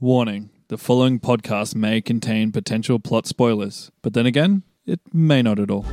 Warning the following podcast may contain potential plot spoilers, but then again, it may not at all.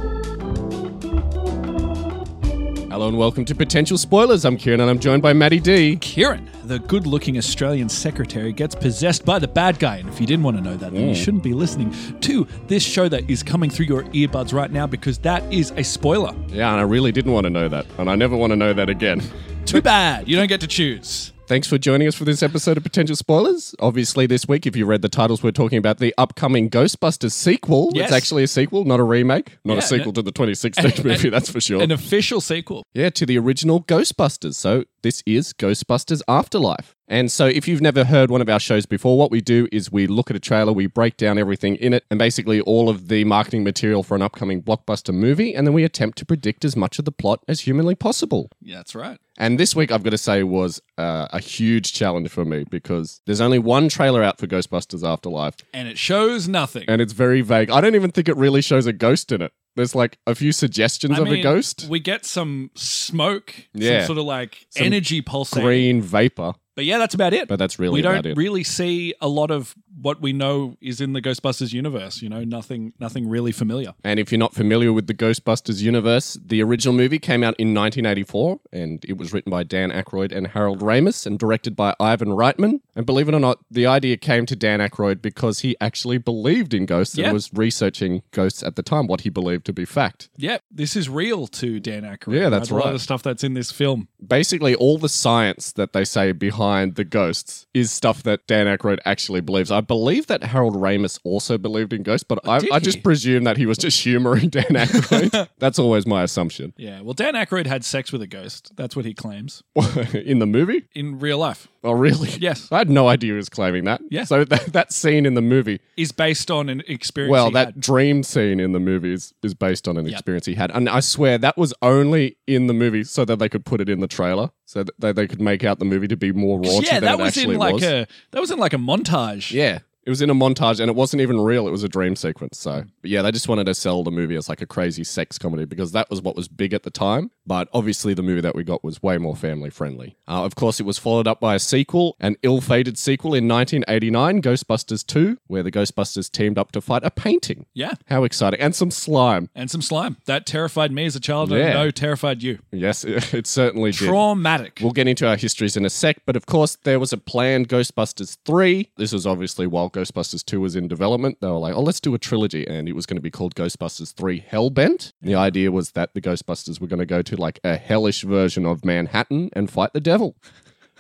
Hello and welcome to Potential Spoilers. I'm Kieran and I'm joined by Maddie D. Kieran, the good looking Australian secretary, gets possessed by the bad guy. And if you didn't want to know that, then you shouldn't be listening to this show that is coming through your earbuds right now because that is a spoiler. Yeah, and I really didn't want to know that, and I never want to know that again. Too bad. You don't get to choose. Thanks for joining us for this episode of Potential Spoilers. Obviously, this week, if you read the titles, we're talking about the upcoming Ghostbusters sequel. Yes. It's actually a sequel, not a remake, not Yeah, a sequel and- to the 2016 movie, that's for sure. An official sequel. Yeah, to the original Ghostbusters. So this is Ghostbusters Afterlife. And so if you've never heard one of our shows before, what we do is we look at a trailer, we break down everything in it, and basically all of the marketing material for an upcoming blockbuster movie, and then we attempt to predict as much of the plot as humanly possible. Yeah, that's right. And this week, I've got to say, was uh, a huge challenge for me because there's only one trailer out for Ghostbusters Afterlife, And it shows nothing. and it's very vague. I don't even think it really shows a ghost in it. There's like a few suggestions I of a mean, ghost, We get some smoke, Yeah. some sort of like Some energy pulsating. green vapor, But yeah, that's about it. but that's really we about don't it. really see a lot of what we know is in the Ghostbusters universe. You know, nothing, nothing really familiar. And if you're not familiar with the Ghostbusters universe, the original movie came out in 1984 and it was written by Dan Aykroyd and Harold Ramis and directed by Ivan Reitman. And believe it or not, the idea came to Dan Aykroyd because he actually believed in ghosts Yeah. and was researching ghosts at the time, what he believed to be fact. Yeah, this is real to Dan Aykroyd. Yeah, that's A lot right. of stuff that's in this film. Basically, all the science that they say behind the ghosts is stuff that Dan Aykroyd actually believes. I believe that Harold Ramis also believed in ghosts, but I, Oh, did I he? just presume that he was just humoring Dan Aykroyd. That's always my assumption. Yeah, well, Dan Aykroyd had sex with a ghost. That's what he claims in the movie? in real life. Oh, really? Yes. I had no idea he was claiming that. Yeah. So that, that scene in the movie, Is based on an experience. well, he that had. dream scene in the movie is, is based on an experience he had. And I swear that was only in the movie so that they could put it in the trailer, so that they, they could make out the movie to be more raunchy yeah, than that it was actually in like was. a that was in like a montage. yeah. It was in a montage and it wasn't even real. It was a dream sequence. So, but yeah, they just wanted to sell the movie as like a crazy sex comedy because that was what was big at the time. But obviously, the movie that we got was way more family friendly. Uh, of course, it was followed up by a sequel, an ill fated sequel in 1989, Ghostbusters 2, where the Ghostbusters teamed up to fight a painting. yeah, How exciting. And some slime. and some slime that terrified me as a child. Yeah. I know terrified you. Yes, it, it certainly did. Traumatic. We'll get into our histories in a sec, but of course, there was a planned Ghostbusters 3. This was obviously while Ghostbusters 2 was in development. They were like, oh, let's do a trilogy, and it was going to be called Ghostbusters 3 Hellbent. The idea was that the Ghostbusters were going to go to like a hellish version of Manhattan and fight the devil.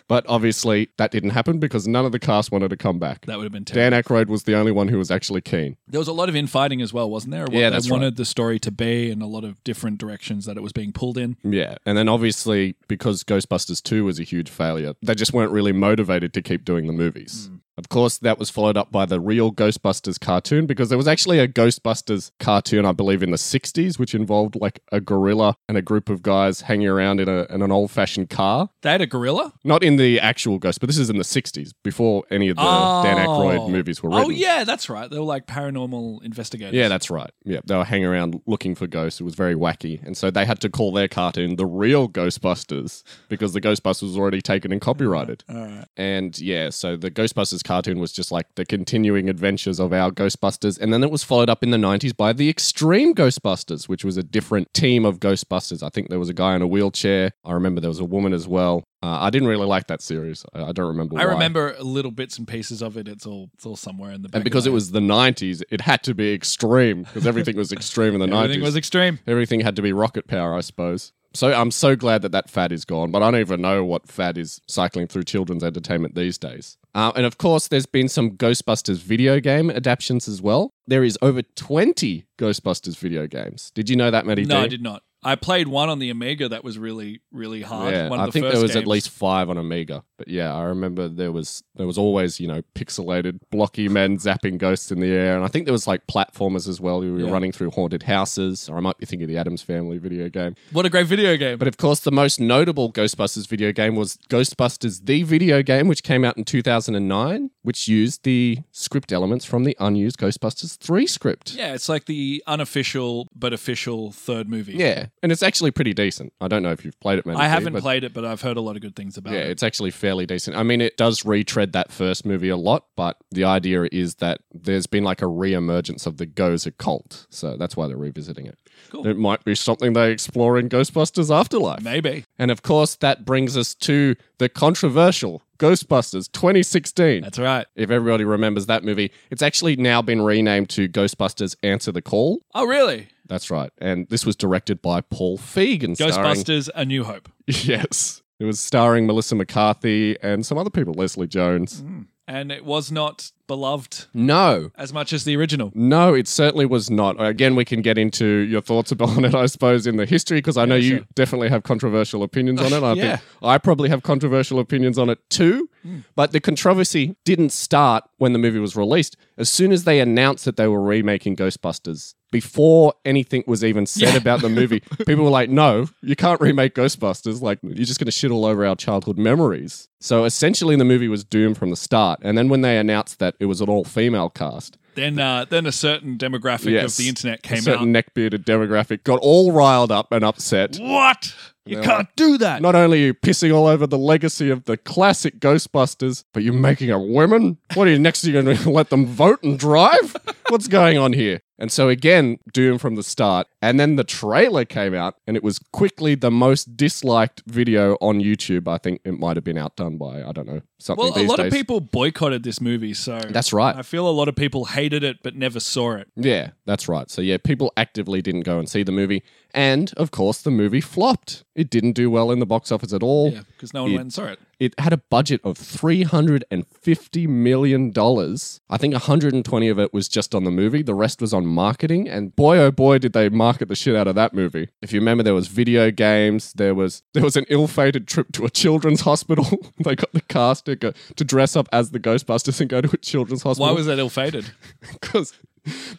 But obviously, that didn't happen because none of the cast wanted to come back. that would have been terrible. Dan Aykroyd was the only one who was actually keen. There was a lot of infighting as well, wasn't there? What Yeah, they that's right. wanted the story to be, and a lot of different directions that it was being pulled in. Yeah. And then obviously, because Ghostbusters 2 was a huge failure, they just weren't really motivated to keep doing the movies. Hmm. Of course, that was followed up by the real Ghostbusters cartoon because there was actually a Ghostbusters cartoon, I believe, in the 60s, which involved like a gorilla and a group of guys hanging around in, a, in an old fashioned car. They had a gorilla. Not in the actual Ghost, but this is in the 60s before any of the Dan Aykroyd movies were written. Oh yeah, that's right. They were like paranormal investigators. Yeah, that's right. Yeah, they were hanging around looking for ghosts. It was very wacky. And so they had to call their cartoon the real Ghostbusters because the Ghostbusters was already taken and copyrighted. All right. And yeah, so the Ghostbusters cartoon was just like the continuing adventures of our Ghostbusters. And then it was followed up in the 90s by the Extreme Ghostbusters, which was a different team of Ghostbusters. I think there was a guy in a wheelchair. I remember there was a woman as well. Uh, I didn't really like that series. I, I don't remember I why. remember little bits and pieces of it. It's all it's all somewhere in the back And of because my it was the 90s, it had to be extreme because everything was extreme in the head. 90s. everything was extreme. Everything had to be rocket power, I suppose. So I'm so glad that that fad is gone, but I don't even know what fad is cycling through children's entertainment these days. Uh, and of course, there's been some Ghostbusters video game adaptions as well. There is over 20 Ghostbusters video games. Did you know that, Matty? No, D? I did not. I played one on the Amiga that was really really hard. Yeah, one of I the think first there was at games. least five on Amiga. But yeah, I remember there was there was always you know pixelated blocky men zapping ghosts in the air, and I think there was like platformers as well. You were Yeah. running through haunted houses, or I might be thinking of the Adams Family video game. What a great video game! But of course, the most notable Ghostbusters video game was Ghostbusters the video game, which came out in 2009, which used the script elements from the unused Ghostbusters 3 script. yeah, it's like the unofficial but official third movie. Yeah. And it's actually pretty decent. I don't know if you've played it, man. I haven't but played it, but I've heard a lot of good things about Yeah, it. it's actually fairly decent. I mean, it does retread that first movie a lot, but the idea is that there's been like a re-emergence of the Goes a cult, so that's why they're revisiting it. Cool. It might be something they explore in Ghostbusters Afterlife. Maybe. And of course, that brings us to the controversial Ghostbusters 2016. That's right. if everybody remembers that movie, it's actually now been renamed to Ghostbusters Answer the Call. Oh, really? That's right. And this was directed by Paul Feig and starring Ghostbusters A New Hope. Yes. It was starring Melissa McCarthy and some other people, Leslie Jones. And it was not beloved No. as much as the original. No, it certainly was not. Again, we can get into your thoughts upon it, I suppose, in the history, because I know you definitely have controversial opinions on it. I Yeah. think I probably have controversial opinions on it too. But the controversy didn't start when the movie was released. As soon as they announced that they were remaking Ghostbusters, before anything was even said about the movie, people were like, no, you can't remake Ghostbusters. Like, you're just going to shit all over our childhood memories. So essentially, the movie was doomed from the start. And then when they announced that it was an all female cast, Then, uh, then a certain demographic Yes. of the internet a came out. certain neckbearded demographic got all riled up and upset. What? You can't do that. Not only are you pissing all over the legacy of the classic Ghostbusters, but you're making a women? What are you next? You're going to let them vote and drive? What's going on here? And so again, Doom from the start. And then the trailer came out, and it was quickly the most disliked video on YouTube. I think it might have been outdone by, I don't know, something well, a these lot days. of people boycotted this movie, so That's right. I feel a lot of people hated it but never saw it. Yeah, that's right. So yeah, people actively didn't go and see the movie, and of course the movie flopped. It didn't do well in the box office at all. Yeah, because no one went and saw it. It had a budget of three hundred and fifty million dollars. I think one hundred and twenty of it was just on the movie. The rest was on marketing, and boy oh boy did they market the shit out of that movie. If you remember, there was video games. There was there was an ill-fated trip to a children's hospital. they got the cast to, go, to dress up as the Ghostbusters and go to a children's hospital Why was that ill fated? because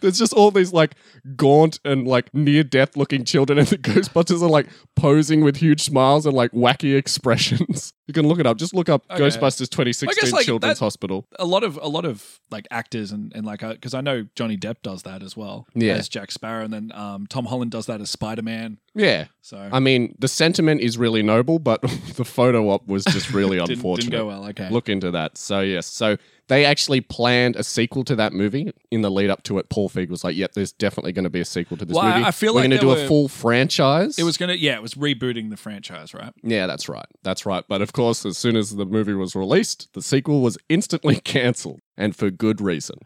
there's just all these like gaunt and like near death looking children, and the Ghostbusters are like posing with huge smiles and like wacky expressions. You can look it up. Just look up Ghostbusters 2016 I guess, like, Children's that- Hospital. a lot of a lot of like actors and and like because I know Johnny Depp does that as well. Yeah. as Jack Sparrow, and then um, Tom Holland does that as Spider Man. Yeah. So I mean, the sentiment is really noble, but the photo op was just really didn't, unfortunate. didn't go well. Okay, Look into that. So yes, so they actually planned a sequel to that movie. In the lead up to it, Paul Feig was like, "Yep, there's definitely going to be a sequel to this Well, I- movie. I feel we're like going to do there a were- full franchise." it was gonna yeah, it was rebooting the franchise, right? Yeah, that's right. That's right. But of course, as soon as the movie was released, the sequel was instantly cancelled, and for good reason.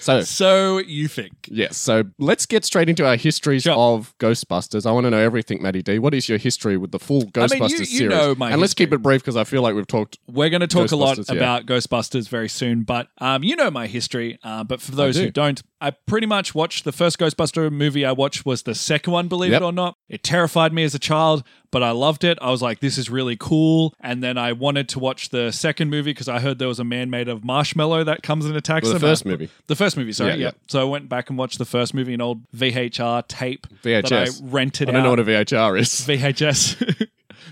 So, So you think? yes, so let's get straight into our histories Sure. of Ghostbusters. I want to know everything, Matty D. What is your history with the full Ghostbusters you series? know my and let's keep history. it brief because I feel like we've talked. We're going to talk a lot Ghostbusters, yeah. about Ghostbusters very soon, but um, you know my history. Uh, but for those do. who don't, I pretty much watched the first Ghostbuster movie I watched was the second one, believe Yep. it or not. It terrified me as a child, but I loved it. I was like, this is really cool. And then I wanted to watch the second movie because I heard there was a man made of marshmallow that comes and attacks Well, the them. first movie. The first movie, sorry. Yeah, Yeah, yeah. So I went back and watched the first movie, an old VHR tape that I VHS. rented I don't out. know what a VHR is. VHS.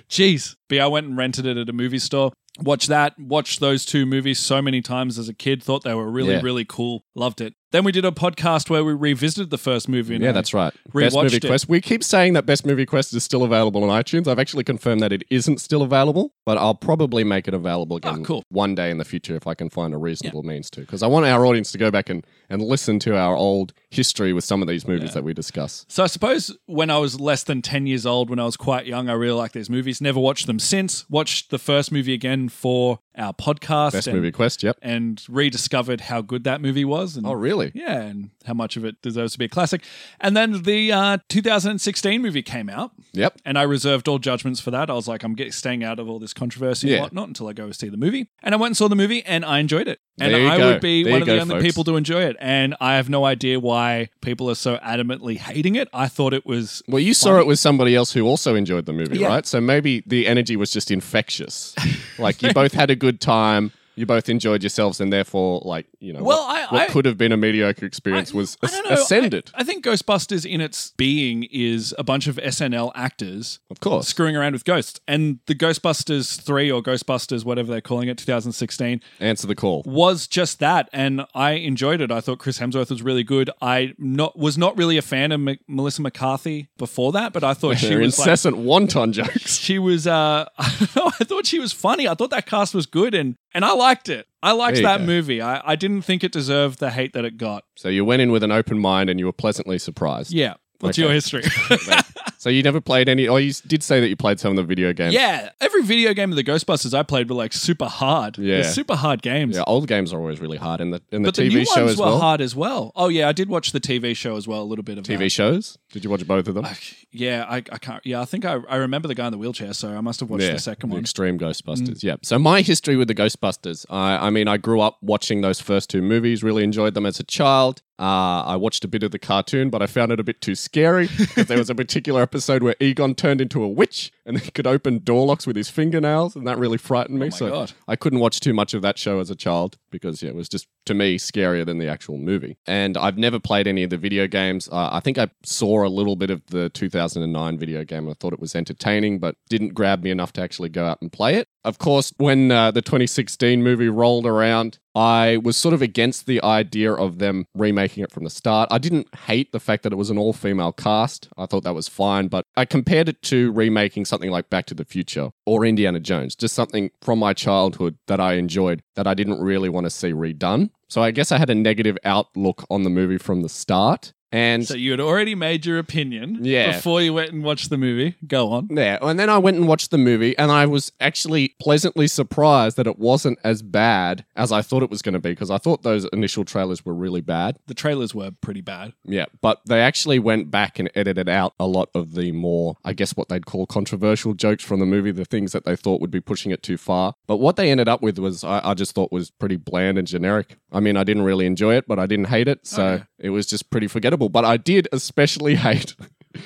Jeez. But yeah, I went and rented it at a movie store. Watched that, watched those two movies so many times as a kid, thought they were really, Yeah. really cool. Loved it. Then we did a podcast where we revisited the first movie. and Yeah, I that's right. Best Rewatched Movie it. Quest. We keep saying that Best Movie Quest is still available on iTunes. I've actually confirmed that it isn't still available, but I'll probably make it available again Ah, cool. one day in the future if I can find a reasonable means to. Because I want our audience to go back and, and listen to our old history with some of these movies that we discuss. So I suppose when I was less than 10 years old, when I was quite young, I really liked these movies. Never watched them since. Watched the first movie again for our podcast Best and, Movie Quest, yep. and rediscovered how good that movie was. And Oh, really? Yeah, and how much of it deserves to be a classic. And then the uh, 2016 movie came out. Yep. And I reserved all judgments for that. I was like, I'm get, staying out of all this controversy Yeah. and whatnot until I go see the movie. And I went and saw the movie and I enjoyed it. And There you I go. would be There one you of the go, only folks. people to enjoy it. And I have no idea why people are so adamantly hating it. I thought it was. Well, you saw it with somebody else who also enjoyed the movie, Yeah. right? So maybe the energy was just infectious. like you both had a good time. you both enjoyed yourselves, and therefore, like you know, Well, what, I- what I- could have been a mediocre experience I- was I as- don't know. ascended. I, I think Ghostbusters in its being is a bunch of SNL actors of course, screwing around with ghosts. And the Ghostbusters 3 or Ghostbusters, whatever they're calling it, 2016, answer the call. was just that. And I enjoyed it. I thought Chris Hemsworth was really good. I not was not really a fan of M- Melissa McCarthy before that, but I thought she They're was like, incessant wonton jokes. she was uh I don't know, I thought she was funny. I thought that cast was good and and I liked it. I liked There you that go. movie. I, I didn't think it deserved the hate that it got. So you went in with an open mind, and you were pleasantly surprised. Yeah. What's Okay. your history? So you never played any, or you s- did say that you played some of the video games. yeah. Every video game of the Ghostbusters I played were like super hard. Yeah. They're super hard games. Yeah, old games are always really hard, and the and the But the TV new show ones as were well. hard as well. Oh yeah, I did watch the TV show as well, a little bit of TV that. shows. Did you watch both of them? Yeah, I, I can't yeah, I think I, I remember the guy in the wheelchair, so I must have watched the second one. Mm. Extreme Ghostbusters. Yeah. So my history with the Ghostbusters, I, I mean, I grew up watching those first two movies. Really enjoyed them as a child. Uh, I watched a bit of the cartoon, but I found it a bit too scary because there was a particular episode where Egon turned into a witch and he could open door locks with his fingernails, and that really frightened me. Oh my so God. I couldn't watch too much of that show as a child because yeah, it was just to me scarier than the actual movie. And I've never played any of the video games. Uh, I think I saw a little bit of the 2009 video game. and I thought it was entertaining, but didn't grab me enough to actually go out and play it. Of course, when uh, the 2016 movie rolled around, I was sort of against the idea of them remaking it from the start. I didn't hate the fact that it was an all female cast. I thought that was fine, but I compared it to remaking something like Back to the Future or Indiana Jones, just something from my childhood that I enjoyed that I didn't really want to see redone. So I guess I had a negative outlook on the movie from the start. And So you had already made your opinion Yeah. before you went and watched the movie. Go on. Yeah, and then I went and watched the movie, and I was actually pleasantly surprised that it wasn't as bad as I thought it was going to be because I thought those initial trailers were really bad. The trailers were pretty bad. Yeah, but they actually went back and edited out a lot of the more, I guess, what they'd call controversial jokes from the movie, the things that they thought would be pushing it too far. But what they ended up with was, I, I just thought was pretty bland and generic. I mean, I didn't really enjoy it, but I didn't hate it. So it was just pretty forgettable. But I did especially hate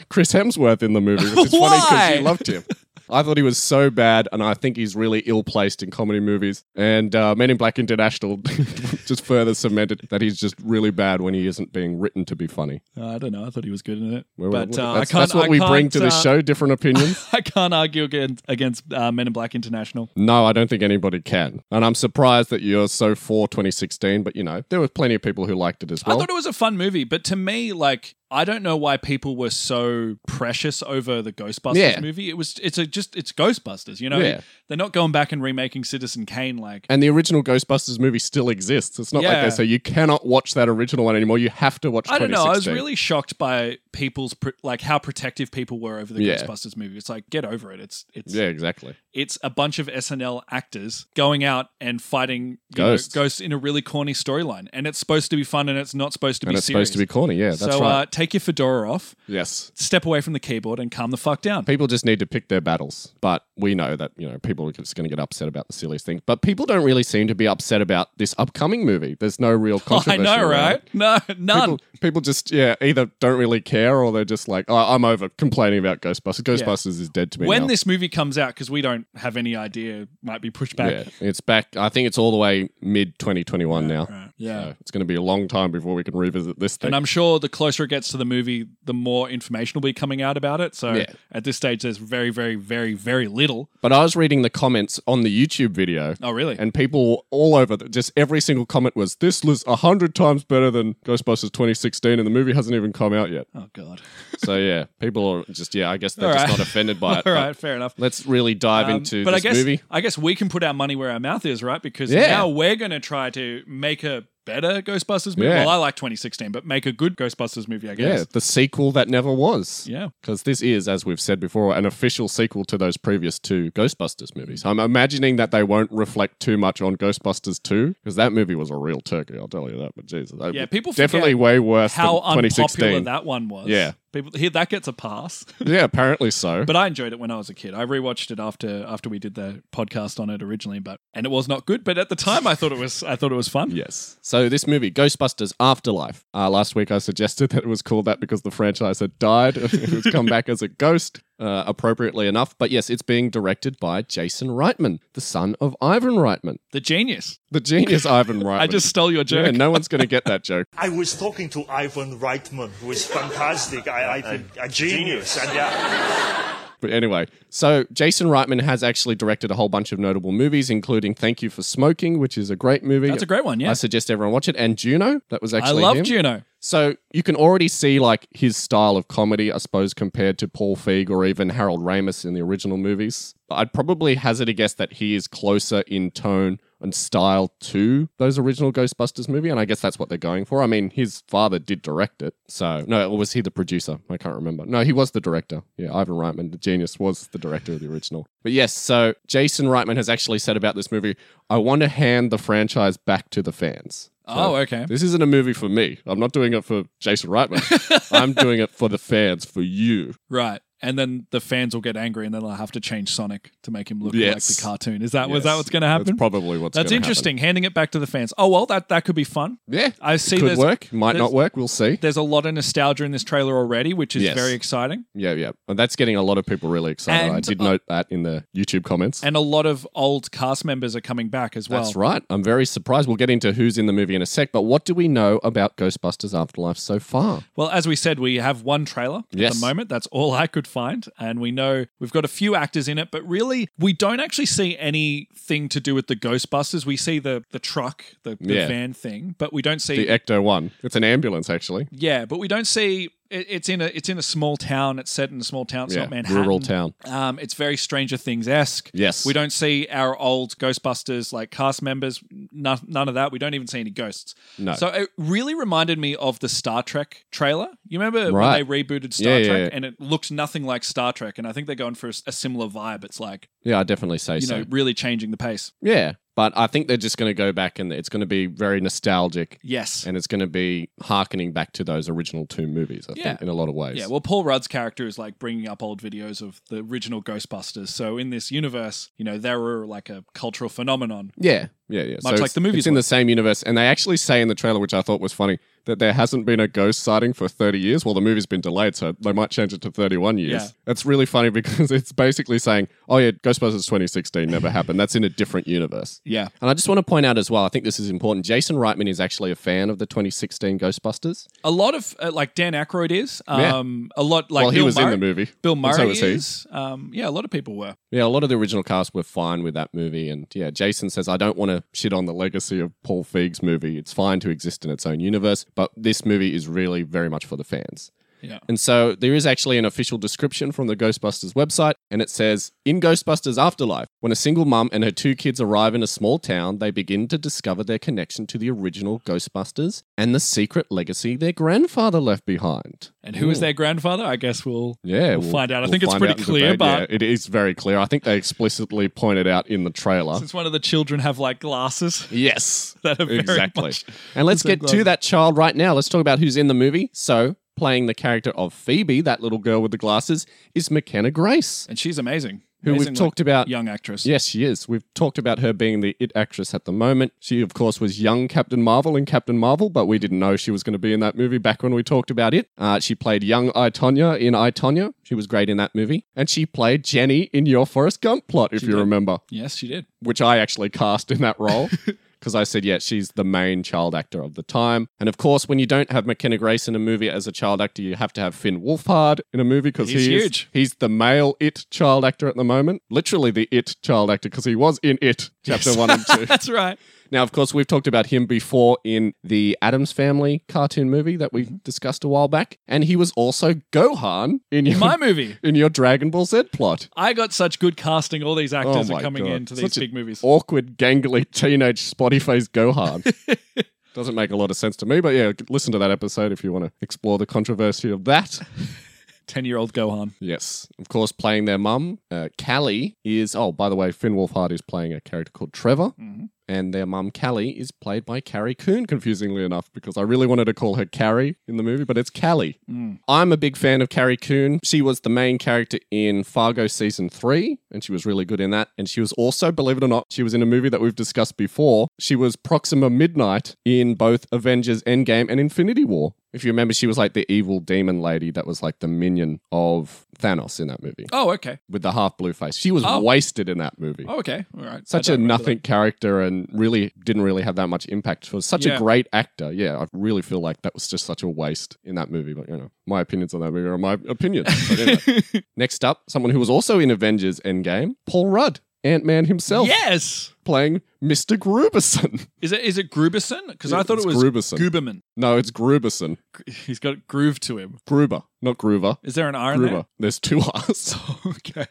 Chris Hemsworth in the movie, which is funny because Why? you loved him. I thought he was so bad, and I think he's really ill placed in comedy movies. And uh, Men in Black International just further cemented that he's just really bad when he isn't being written to be funny. Uh, I don't know. I thought he was good in it. Where- where- but uh, I that's, can't, that's what I we can't, bring to this uh, show different opinions. I can't argue against, against uh, Men in Black International. no, I don't think anybody can. And I'm surprised that you're so for 2016, but you know, there were plenty of people who liked it as I well. thought it was a fun movie, but to me, like, I don't know why people were so precious over the Ghostbusters Yeah. movie. It was, it's a just, it's Ghostbusters. You know, Yeah. they're not going back and remaking Citizen Kane. Like, and the original Ghostbusters movie still exists. It's not like Yeah. they say you cannot watch that original one anymore. You have to watch I don't know. I was 2016. really shocked by people's pr- like how protective people were over the Yeah. Ghostbusters movie. It's like get over it. It's it's Yeah, exactly. it's a bunch of SNL actors going out and fighting you know, Ghosts. ghosts in a really corny storyline, and it's supposed to be fun, and it's not supposed to And be it's serious. supposed to be corny. Yeah, that's so right. uh, take your fedora off, yes. step away from the keyboard, and calm the fuck down. People just need to pick their battles, but we know that you know people are just going to get upset about the silliest things. But people don't really seem to be upset about this upcoming movie. There's no real I controversy. know, around it. right? No, none. People, people just yeah either don't really care or they're just like oh, I'm over complaining about Ghostbusters. Ghostbusters is dead to me. when now. this movie comes out, because we don't have any idea, it might be pushed back. yeah, it's back. I think it's all the way mid 2021 now. Right. Yeah. So it's going to be a long time before we can revisit this thing. And I'm sure the closer it gets to the movie, the more information will be coming out about it. So Yeah. at this stage, there's very, very, very, very little. but I was reading the comments on the YouTube video. Oh, really? And people all over, the, just every single comment was, this was a hundred times better than Ghostbusters 2016, and the movie hasn't even come out yet. oh, God. so, yeah, people are just, yeah, I guess they're All just right. not offended by it. All but right, fair enough. Let's really dive Um, into but this I guess movie. I guess we can put our money where our mouth is, right? Because Yeah. now we're going to try to make a better Ghostbusters movie. Yeah. Well, I like 2016, but make a good Ghostbusters movie, I Yeah, guess. the sequel that never was. Yeah. Because this is, as we've said before, an official sequel to those previous two Ghostbusters movies. I'm imagining that they won't reflect too much on Ghostbusters 2, because that movie was a real turkey, I'll tell you that. But Jesus. that- Yeah, people forget Definitely way worse How than 2016. unpopular that one was. Yeah. People here that gets a pass. Yeah, apparently so. But I enjoyed it when I was a kid. I rewatched it after after we did the podcast on it originally, but and it was not good. But at the time, I thought it was I thought it was fun. Yes. So this movie, Ghostbusters Afterlife. Uh, last week I suggested that it was called that because the franchise had died. it was come back as a ghost. uh, appropriately enough. But yes, it's being directed by Jason Reitman, the son of Ivan Reitman, The genius. the genius Ivan Reitman. I just stole your joke. yeah, no one's going to get that joke. I was talking to Ivan Reitman, who is fantastic. I, I think a genius. And yeah, But anyway, so Jason Reitman has actually directed a whole bunch of notable movies, including Thank You for Smoking, which is a great movie. That's a great one, yeah. I suggest everyone watch it. And Juno, that was I actually love him. Juno. So you can already see like his style of comedy, I suppose, compared to Paul Feig or even Harold Ramis in the original movies. I'd probably hazard a guess that he is closer in tone and style to those original Ghostbusters movie, and I guess that's what they're going for. I mean, his father did direct it, so no, or was he the producer? I can't remember. No, he was the director. Yeah, Ivan Reitman, the genius, was the director of the original. But yes, so Jason Reitman has actually said about this movie, "I want to hand the franchise back to the fans." Oh, okay. This isn't a movie for me. I'm not doing it for Jason Reitman. I'm doing it for the fans, for you. Right. And then the fans will get angry and then they'll have to change Sonic to make him look like Yes. the cartoon. Is that was that Yes. what's going to happen? That's probably what's That's gonna interesting. Handing it back to the fans. Oh well, that that could be fun. happen. Yeah. I see Could there's- work. Might there's- not work. We'll see. There's a lot of nostalgia in this trailer already, which is Yes. very exciting. Yeah, yeah. And that's getting a lot of people really excited. I And, did uh, note that in the YouTube comments. And a lot of old cast members are coming back as well. That's right. I'm very surprised. We'll get into who's in the movie in a sec, but what do we know about Ghostbusters Afterlife so far? Well, as we said, we have one trailer at Yes. the moment. That's all I could find. And we know we've got a few actors in it, but really, we don't actually see anything to do with the Ghostbusters. We see the, the truck, the, the Yeah. van thing, but we don't see. The Ecto 1. It's an ambulance, actually. yeah, but we don't see. It, it's in a it's in a small town. It's set in a small town. It's yeah. not Manhattan. Rural town. Um, it's very Stranger Things esque. Yes. We don't see our old Ghostbusters like cast members. No, none of that. We don't even see any ghosts. No. So it really reminded me of the Star Trek trailer. You remember Right. when they rebooted Star Yeah, yeah, Trek yeah. and it looked nothing like Star Trek. And I think they're going for a, s- a similar vibe. It's like Yeah, I definitely say you so. know really changing the pace. Yeah. But I think they're just going to go back and it's going to be very nostalgic Yes. and it's going to be harkening back to those original two movies. I Yeah. think in a lot of ways. yeah, well, Paul Rudd's character is like bringing up old videos of the original Ghostbusters. So in this universe, you know, they were like a cultural phenomenon. yeah, yeah, yeah. Much like it's- the movies it's in were. the same universe, and they actually say in the trailer, which I thought was funny, that there hasn't been a ghost sighting for thirty years. Well, the movie's been delayed, so they might change it to thirty-one years. Yeah. That's really funny because it's basically saying, "Oh yeah, Ghostbusters 2016 never happened. That's in a different universe." Yeah. And I just want to point out as well, I think this is important. Jason Reitman is actually a fan of the 2016 Ghostbusters. A lot of uh, like Dan Aykroyd is. Yeah. Um, a lot like well, he Bill was in Murray- the movie. Bill and so Murray was he. is. Um, yeah, a lot of people were. Yeah, a lot of the original cast were fine with that movie. And yeah, Jason says, I don't want to shit on the legacy of Paul Feig's movie. It's fine to exist in its own universe, but this movie is really very much for the fans. Yeah. And so there is actually an official description from the Ghostbusters website, and it says In Ghostbusters Afterlife, when a single mum and her two kids arrive in a small town, they begin to discover their connection to the original Ghostbusters and the secret legacy their grandfather left behind. And who was their grandfather? I guess we'll Yeah, we'll, find out. I think it's pretty clear, but it is very clear. I think they explicitly pointed out in the trailer. since one of the children have like glasses, Yes, That are very exactly. much and let's the same get to glass. that child right now. Let's talk about who's in the movie. So, playing the character of Phoebe, that little girl with the glasses, is McKenna Grace, and she's amazing. who amazing, we've like, talked about. young actress. Yes, she is. We've talked about her being the it actress at the moment. She, of course, was young Captain Marvel in Captain Marvel, but we didn't know she was going to be in that movie back when we talked about it. Uh, she played young I Tonya in I Tonya. She was great in that movie, and she played Jenny in Your Forrest Gump plot, if you did. remember Yes, she did. which I actually cast in that role because I said, yeah, she's the main child actor of the time. And of course, when you don't have McKenna Grace in a movie as a child actor, you have to have Finn Wolfhard in a movie because He's he is- huge. he's the male it child actor at the moment, literally the it child actor because he was in it chapter one and two. That's right. Now, of course, we've talked about him before in the Adams Family cartoon movie that Mm-hmm. we discussed a while back, and he was also Gohan in your My movie. in your Dragon Ball Z plot. I got such good casting. All these actors Oh are my coming God. into these Such a big movies. Awkward, gangly, teenage, spotty faced Gohan. Doesn't make a lot of sense to me, but yeah, listen to that episode if you want to explore the controversy of that. Ten-year-old Gohan. Yes, of course, playing their mum, uh, Callie is. Oh, by the way, Finn Wolfhard is playing a character called Trevor, Hmm. and their mum, Callie, is played by Carrie Coon, confusingly enough, because I really wanted to call her Carrie in the movie, but it's Callie. I'm a big fan of Carrie Coon. She was the main character in Fargo season three, and she was really good in that. And she was also, believe it or not, she was in a movie that we've discussed before. She was Proxima Midnight in both Avengers Endgame and Infinity War. If you remember, she was like the evil demon lady that was like the minion of Thanos in that movie Oh, okay. with the half blue face. She was Oh. wasted in that movie. Oh, okay. All right. Such I a don't remember nothing character and really didn't really have that much impact. She was such Yeah. a great actor. Yeah, I really feel like that was just such a waste in that movie. But, you know, my opinions on that movie are my opinions. But anyway. Next up, someone who was also in Avengers Endgame, Paul Rudd, Ant Man that. himself, Yes. playing Mr. Gruberson. Is it is it Gruberson? Because I thought it It's was Gruberson. Gooberman. no, it's Gruberson. Gr- He's got groove to him. Gruber, not Groover. Is there an R in Gruber. there? There's two R's. okay.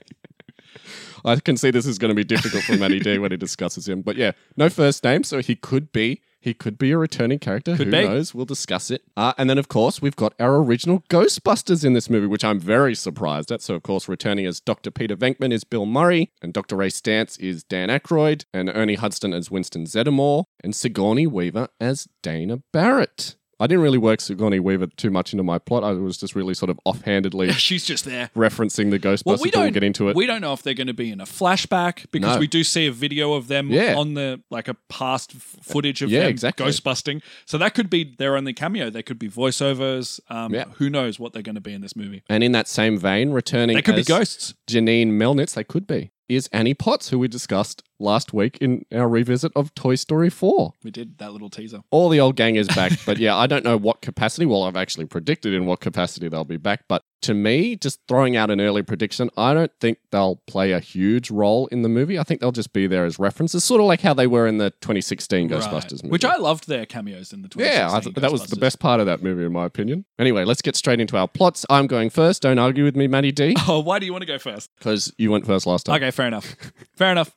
I can see this is going to be difficult for Matty D when he discusses him. But yeah, no first name, so he could be he could be a returning character. Who be. knows? We'll discuss it. Uh, and then of course we've got our original Ghostbusters in this movie, which I'm very surprised at. So of course returning as Dr. Peter Venkman is Bill Murray, and Dr. Ray Stantz is Dan Aykroyd, and Ernie Hudson as Winston Zeddemore, and Sigourney Weaver as Dana Barrett. I didn't really work Sigourney Weaver too much into my plot. I was just really sort of offhandedly She's just there. referencing the Ghostbusters, Well, but we don't we'll get into it. We don't know if they're going to be in a flashback because No. we do see a video of them Yeah. on the like a past f- footage of Yeah, them exactly. ghost busting. So that could be their only cameo. They could be voiceovers. Um, Yeah. Who knows what they're going to be in this movie? and in that same vein, returning They could as be ghosts. Janine Melnitz, they could be, is Annie Potts, who we discussed last week in our revisit of Toy Story 4. We did that little teaser. All the old gang is back, but yeah, I don't know what capacity. Well, I've actually predicted in what capacity they'll be back, but to me, just throwing out an early prediction, I don't think they'll play a huge role in the movie. I think they'll just be there as references, sort of like how they were in the 2016 Right. Ghostbusters movie. Which I loved their cameos in the 2016 Yeah, I th- that was the Ghostbusters. best part of that movie, in my opinion. Anyway, let's get straight into our plots. I'm going first. Don't argue with me, Matty D, Oh, why do you want to go first? because you went first last time. Okay, fair enough. Fair enough.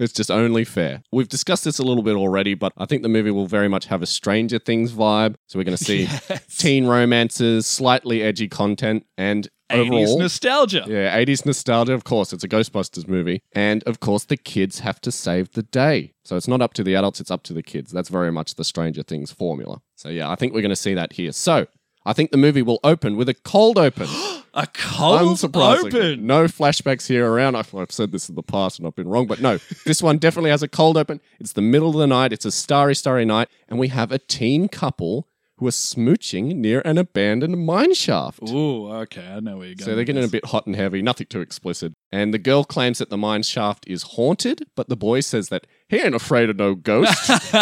It's just only fair. We've discussed this a little bit already, but I think the movie will very much have a Stranger Things vibe. So we're going to see teen romances, slightly edgy content, and 80s overall. nostalgia. yeah, 80s nostalgia, of course. It's a Ghostbusters movie. And of course, the kids have to save the day. So it's not up to the adults, it's up to the kids. That's very much the Stranger Things formula. So yeah, I think we're going to see that here. So I think the movie will open with a cold open. A cold Unsurprising. open. No flashbacks here around. I've, I've said this in the past and I've been wrong, but no, this one definitely has a cold open. It's the middle of the night. It's a starry, starry night, and we have a teen couple who are smooching near an abandoned mine shaft. Ooh, okay. I know where you're going. So they're with getting a this. bit hot and heavy, nothing too explicit. And the girl claims that the mine shaft is haunted, but the boy says that he ain't afraid of no ghosts.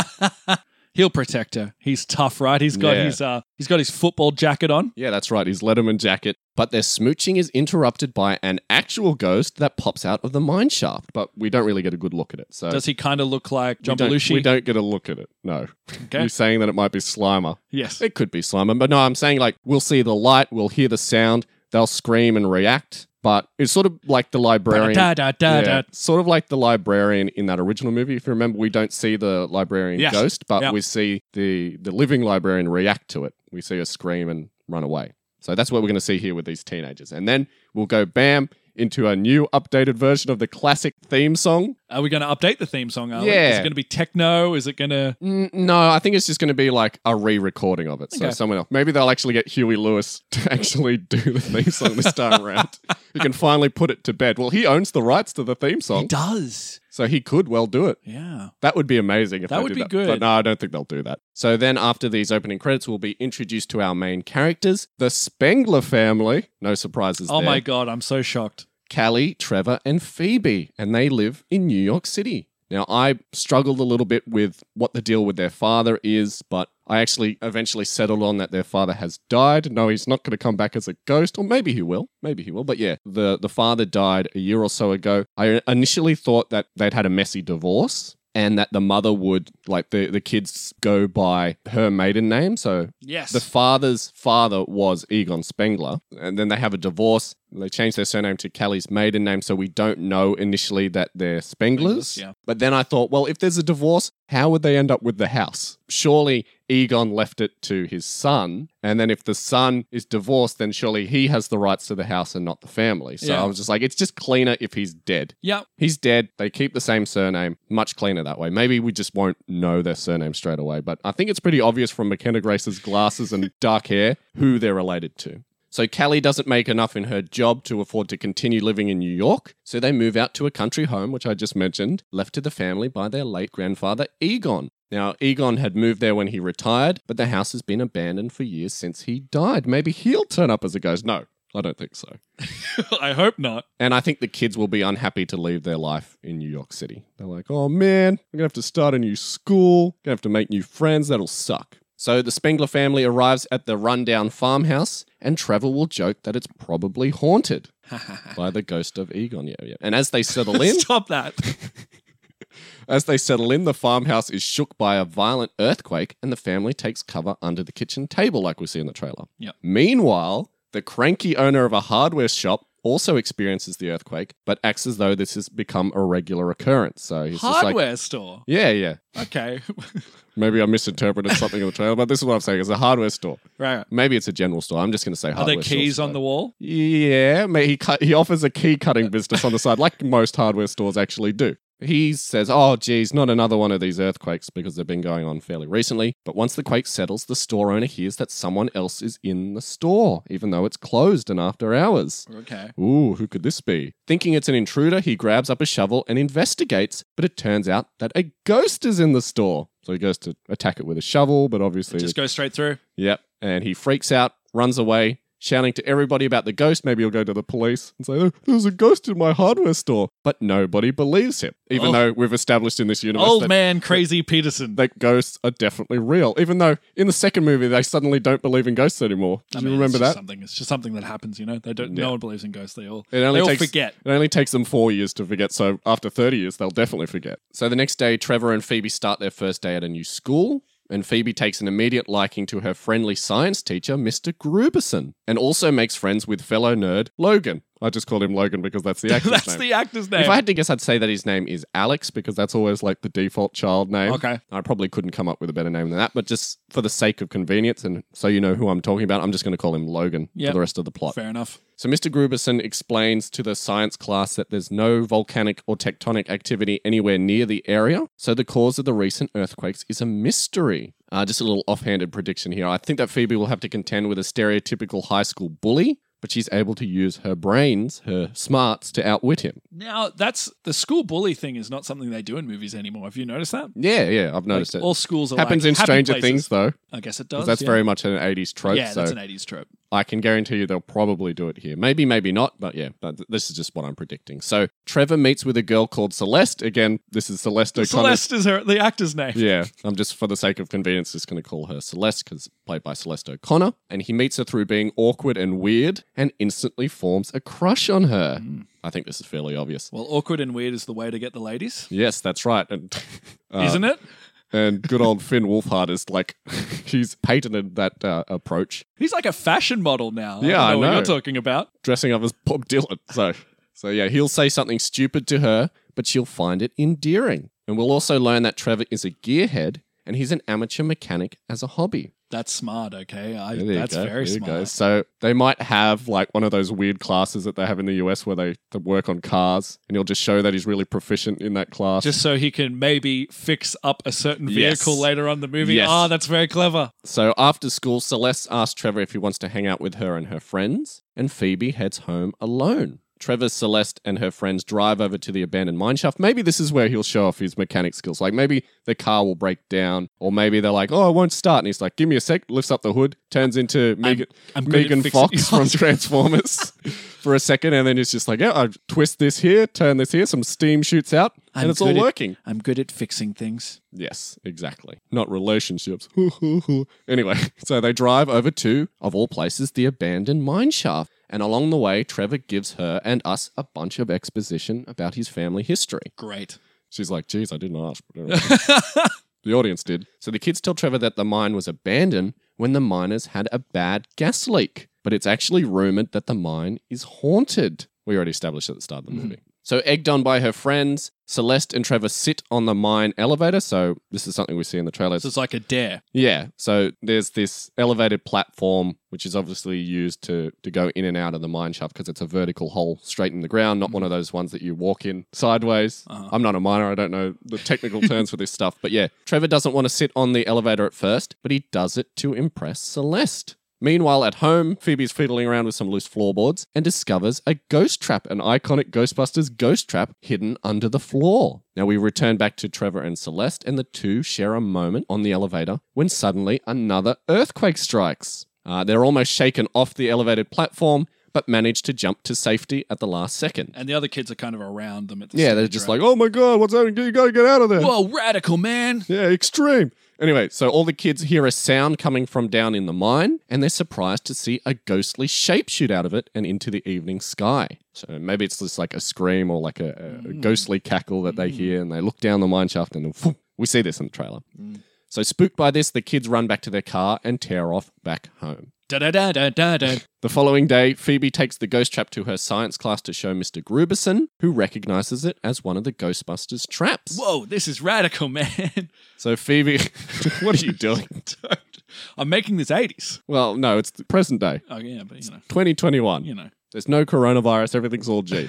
He'll protect her. He's tough, right? He's got Yeah. his uh, he's got his football jacket on. yeah, that's right, his Letterman jacket. But their smooching is interrupted by an actual ghost that pops out of the mine shaft, but we don't really get a good look at it. So Does he kind of look like John we don't, Belushi? We don't get a look at it. No. Okay. You're saying that it might be Slimer. Yes. It could be Slimer, but no, I'm saying like we'll see the light, we'll hear the sound, they'll scream and react. But it's sort of like the librarian. Da, da, da, Yeah, da. Sort of like the librarian in that original movie. If you remember, we don't see the librarian Yes. ghost, but Yeah. we see the the living librarian react to it. We see her scream and run away. So that's what we're going to see here with these teenagers, and then we'll go bam into a new updated version of the classic theme song. Are we going to update the theme song? Are we? Yeah. Mm. Is it going to be techno? Is it going to? N- No, I think it's just going to be like a re-recording of it. So Okay. someone else, maybe they'll actually get Huey Lewis to actually do the theme song this time around. He can finally put it to bed. Well, he owns the rights to the theme song, does. so he could well do it. Yeah. That would be amazing if That they would did be that. good. But no, I don't think they'll do that. So then, after these opening credits, we'll be introduced to our main characters, the Spengler family. No surprises. Oh there. my god, I'm so shocked. Callie, Trevor, and Phoebe, and they live in New York City. Now, I struggled a little bit with what the deal with their father is, but I actually eventually settled on that their father has died. No, he's not going to come back as a ghost, or maybe he will. Maybe he will. But yeah, the, the father died a year or so ago. I initially thought that they'd had a messy divorce and that the mother would, like, the, the kids go by her maiden name. So Yes. the father's father was Egon Spengler, and then they have a divorce. They change their surname to Callie's maiden name, so we don't know initially that they're Spenglers. Spenglers, yeah. But then I thought, well, if there's a divorce, how would they end up with the house? Surely Egon left it to his son, and then if the son is divorced, then surely he has the rights to the house and not the family. So Yeah. I was just like, it's just cleaner if he's dead. yeah. He's dead. They keep the same surname. Much cleaner that way. Maybe we just won't know their surname straight away, but I think it's pretty obvious from McKenna Grace's glasses and dark hair who they're related to. So Callie doesn't make enough in her job to afford to continue living in New York, so they move out to a country home, which I just mentioned, left to the family by their late grandfather Egon. Now, Egon had moved there when he retired, but the house has been abandoned for years since he died. Maybe he'll turn up as a ghost. No, I don't think so. I hope not. And I think the kids will be unhappy to leave their life in New York City. They're like, oh man, I'm going to have to start a new school, going to have to make new friends. That'll suck. So the Spengler family arrives at the rundown farmhouse, and Trevor will joke that it's probably haunted by the ghost of Egon. Yeah, yeah. And as they settle in, Stop that. as they settle in, the farmhouse is shook by a violent earthquake, and the family takes cover under the kitchen table, like we see in the trailer. Yep. Meanwhile, the cranky owner of a hardware shop also experiences the earthquake, but acts as though this has become a regular occurrence. So he's just like, Hardware store. yeah, yeah. Okay. Maybe I misinterpreted something in the trailer, but this is what I'm saying: it's a hardware store. right. Maybe it's a general store. I'm just going to say Are hardware. there keys on the wall? Yeah, mate, he cut, he offers a key cutting business on the side, like most hardware stores actually do. He says, "Oh, geez, not another one of these earthquakes because they've been going on fairly recently." But once the quake settles, the store owner hears that someone else is in the store, even though it's closed and after hours. Okay. Ooh, who could this be? Thinking it's an intruder, he grabs up a shovel and investigates, but it turns out that a ghost is in the store. So he goes to attack it with a shovel, but obviously Just go straight through. Yep. And he freaks out, runs away, shouting to everybody about the ghost. Maybe he'll go to the police and say, There's a ghost in my hardware store. But nobody believes him, even Oh. though we've established in this universe Old that, man crazy Peterson. that ghosts are definitely real. Even though in the second movie, they suddenly don't believe in ghosts anymore. Do I you mean, remember it's just that? Something. It's just something that happens. You know, they don't. No one believes in ghosts. They all. It only they all takes, forget. It only takes them four years to forget. So after 30 years, they'll definitely forget. So the next day, Trevor and Phoebe start their first day at a new school. And Phoebe takes an immediate liking to her friendly science teacher, Mr. Gruberson, and also makes friends with fellow nerd Logan. I just called him Logan because that's the actor's That's name. the actor's name. If I had to guess, I'd say that his name is Alex because that's always like the default child name. Okay. I probably couldn't come up with a better name than that, but just for the sake of convenience and so you know who I'm talking about, I'm just going to call him Logan Yep. for the rest of the plot. Fair enough. So Mr. Gruberson explains to the science class that there's no volcanic or tectonic activity anywhere near the area, so the cause of the recent earthquakes is a mystery. Uh, just a little offhanded prediction here. I think that Phoebe will have to contend with a stereotypical high school bully, but she's able to use her brains, her smarts, to outwit him. Now that's the school bully thing is not something they do in movies anymore. Have you noticed that? Yeah, yeah, I've noticed it. All schools are Happens like, in happy Stranger places. Things though, I guess it 'cause does. that's yeah. very much an '80s trope. Yeah, so that's an '80s trope. I can guarantee you they'll probably do it here. Maybe, maybe not, but yeah, but th- this is just what I'm predicting. So Trevor meets with a girl called Celeste. Again, this is Celeste O'Connor. Celeste is her, the actor's name. Yeah, I'm just for the sake of convenience just going to call her Celeste because played by Celeste O'Connor, and he meets her through being awkward and weird, and instantly forms a crush on her. Mm. I think this is fairly obvious. Well, awkward and weird is the way to get the ladies, Yes, that's right, and uh, isn't it? and good old Finn Wolfhard is like he's patented that uh, approach. He's like a fashion model now. Yeah, I don't know I what know. you're talking about. dressing up as Bob Dylan. So, so yeah, he'll say something stupid to her, but she'll find it endearing. And we'll also learn that Trevor is a gearhead and he's an amateur mechanic as a hobby. That's smart. Okay, I, Yeah, there you that's go, very there you go. smart. So they might have like one of those weird classes that they have in the US where they, they work on cars, and he'll just show that he's really proficient in that class. Just so he can maybe fix up a certain Yes. vehicle later on in the movie. Yes. Ah, that's very clever. So after school, Celeste asks Trevor if he wants to hang out with her and her friends, and Phoebe heads home alone. Trevor, Celeste, and her friends drive over to the abandoned mineshaft. Maybe this is where he'll show off his mechanic skills. Like maybe the car will break down, or maybe they're like, "Oh, it won't start," and he's like, "Give me a sec." Lifts up the hood, turns into Megan, I'm good at Megan fixing Fox from cars. Transformers for a second, and then it's just like, "Yeah, I twist this here, turn this here, some steam shoots out, and it's all good at- working." I'm good at fixing things. Yes, exactly. Not relationships. anyway, so they drive over to, of all places, the abandoned mine shaft. And along the way, Trevor gives her and us a bunch of exposition about his family history. Great. She's like, geez, I didn't ask. but anyway." the audience did. So the kids tell Trevor that the mine was abandoned when the miners had a bad gas leak. But it's actually rumored that the mine is haunted. We already established at the start of the movie. So, egged on by her friends, Celeste and Trevor sit on the mine elevator. So, this is something we see in the trailers. So it's like a dare. Yeah. So there's this elevated platform, which is obviously used to, to go in and out of the mine shaft because it's a vertical hole straight in the ground, not one of those ones that you walk in sideways. I'm not a miner. I don't know the technical terms for this stuff. But yeah, Trevor doesn't want to sit on the elevator at first, but he does it to impress Celeste. Meanwhile, at home, Phoebe's fiddling around with some loose floorboards and discovers a ghost trap, an iconic Ghostbusters ghost trap hidden under the floor. Now we return back to Trevor and Celeste, and the two share a moment on the elevator when suddenly another earthquake strikes. Uh, they're almost shaken off the elevated platform, but manage to jump to safety at the last second. And the other kids are kind of around them at the Yeah, they're just like, oh my god, what's happening? You gotta get out of there. Whoa, radical man. Yeah, extreme. Anyway, so all the kids hear a sound coming from down in the mine, and they're surprised to see a ghostly shape shoot out of it and into the evening sky. So maybe it's just like a scream or like a, a, a ghostly cackle that they hear, and they look down the mine shaft, and then phoom, we see this in the trailer. So spooked by this, the kids run back to their car and tear off back home. Da da da da da da. The following day, Phoebe takes the ghost trap to her science class to show Mr. Gruberson, who recognizes it as one of the Ghostbusters traps. Whoa, this is radical, man. So Phoebe, what are you doing? I'm making this 80s. Well, no, it's the present day, Oh, yeah, but you know, 2021. you know. There's no coronavirus, everything's all G.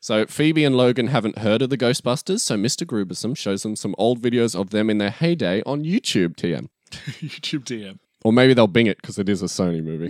so Phoebe and Logan haven't heard of the Ghostbusters, so Mr. Gruberson shows them some old videos of them in their heyday on YouTube TM. YouTube DM. Or maybe they'll Bing it because it is a Sony movie.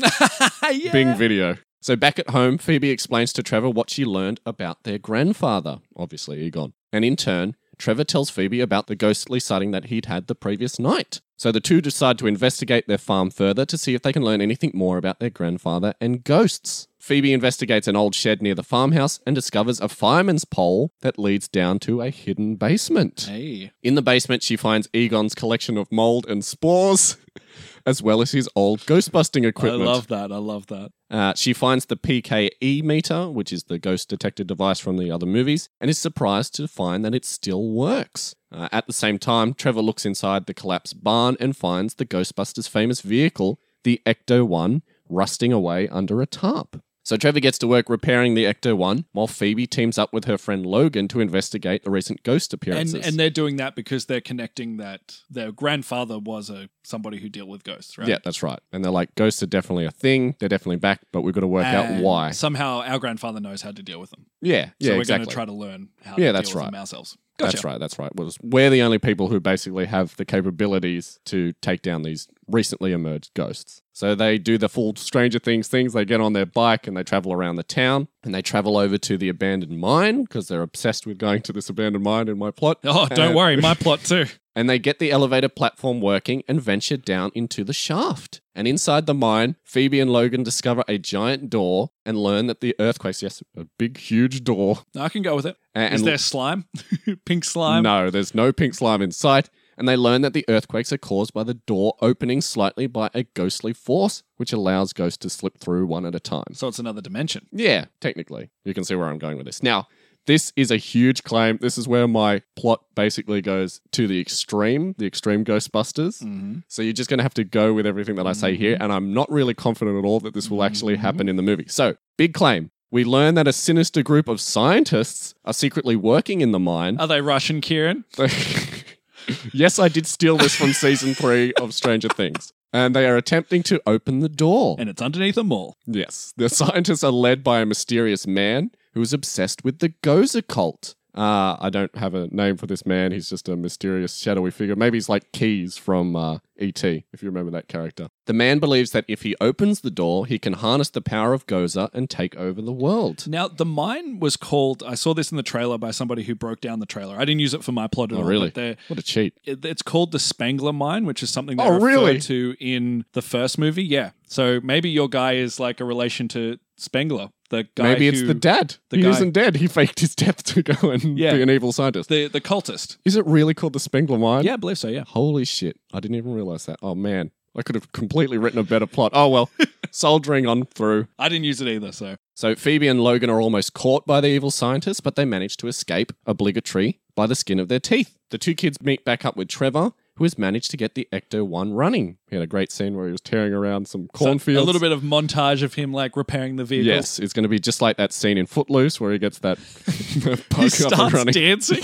yeah. Bing video. So back at home, Phoebe explains to Trevor what she learned about their grandfather, obviously Egon. And in turn, Trevor tells Phoebe about the ghostly sighting that he'd had the previous night. So the two decide to investigate their farm further to see if they can learn anything more about their grandfather and ghosts. Phoebe investigates an old shed near the farmhouse and discovers a fireman's pole that leads down to a hidden basement. Hey. In the basement, she finds Egon's collection of mold and spores, as well as his old ghostbusting I equipment. love that. I love that. Uh, she finds the PKE meter, which is the ghost detector device from the other movies, and is surprised to find that it still works. Uh, at the same time, Trevor looks inside the collapsed barn and finds the Ghostbusters' famous vehicle, the Ecto 1, rusting away under a tarp. So Trevor gets to work repairing the Ecto 1, while Phoebe teams up with her friend Logan to investigate the recent ghost And appearances. and they're doing that because they're connecting that their grandfather was a somebody who dealt with ghosts, right? Yeah, that's right. And they're like, ghosts are definitely a thing. They're definitely back, but we've got to work out And why. Somehow our grandfather knows how to deal with them. Yeah, yeah, so we're exactly. going to try to learn how Yeah, to that's deal with right. them ourselves. That's right. That's right. Well, we're the only people who basically have the capabilities to take down these recently emerged ghosts. So they do the full Stranger Things things. They get on their bike and they travel around the town and they travel over to the abandoned mine because they're obsessed with going to this abandoned mine in my plot. Oh, don't And- worry, my plot too. and they get the elevator platform working and venture down into the shaft. And inside the mine, Phoebe and Logan discover a giant door and learn that the earthquakes, yes, a big, huge door. No, I can go with it. Is A- And there slime? Pink slime? No, there's no pink slime in sight. And they learn that the earthquakes are caused by the door opening slightly by a ghostly force, which allows ghosts to slip through one at a time. So it's another dimension. Yeah, technically. You can see where I'm going with this. Now, this is a huge claim. This is where my plot basically goes to the extreme, the extreme Ghostbusters. Hmm. So you're just going to have to go with everything that I say here. And I'm not really confident at all that this will actually happen in the movie. So, big claim. We learn that a sinister group of scientists are secretly working in the mine. Are they Russian, Kieran? yes, I did steal this from season three of Stranger Things. And they are attempting to open the door. And it's underneath them all. Yes. The scientists are led by a mysterious man who is obsessed with the Gozer cult. Uh, I don't have a name for this man. He's just a mysterious, shadowy figure. Maybe he's like Keys from uh, E.T., if you remember that character. The man believes that if he opens the door, he can harness the power of Gozer and take over the world. Now, the mine was called, I saw this in the trailer by somebody who broke down the trailer. I didn't use it for my plot at Oh, all. really? but they're- What a cheat. it- It's called the Spangler Mine, which is something they Oh, refer really? to in the first movie. Yeah. So maybe your guy is like a relation to Spengler, the guy Maybe it's who- the dad. the he guy- isn't dead. He faked his death to go and Yeah. be an evil scientist. the the cultist. Is it really called the Spengler Mine? Yeah, I believe so. Yeah. Holy shit. I didn't even realize that. Oh, man. I could have completely written a better plot. Oh, well. Soldering on through. I didn't use it either. So So Phoebe and Logan are almost caught by the evil scientists, but they manage to escape, obligatory, by the skin of their teeth. The two kids meet back up with Trevor, who has managed to get the Ecto 1 running. He had a great scene where he was tearing around some So cornfields. a little bit of montage of him like repairing the vehicle. Yes, it's going to be just like that scene in Footloose where he gets that He bug up and starts running. dancing.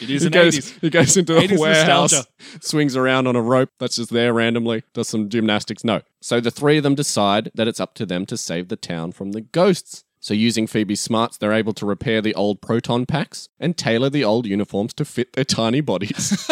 It is He an goes, 80s. he goes into a 80s warehouse, nostalgia. swings around on a rope that's just there randomly, does some gymnastics. No. So the three of them decide that it's up to them to save the town from the ghosts. So, using Phoebe's smarts, they're able to repair the old proton packs and tailor the old uniforms to fit their tiny bodies.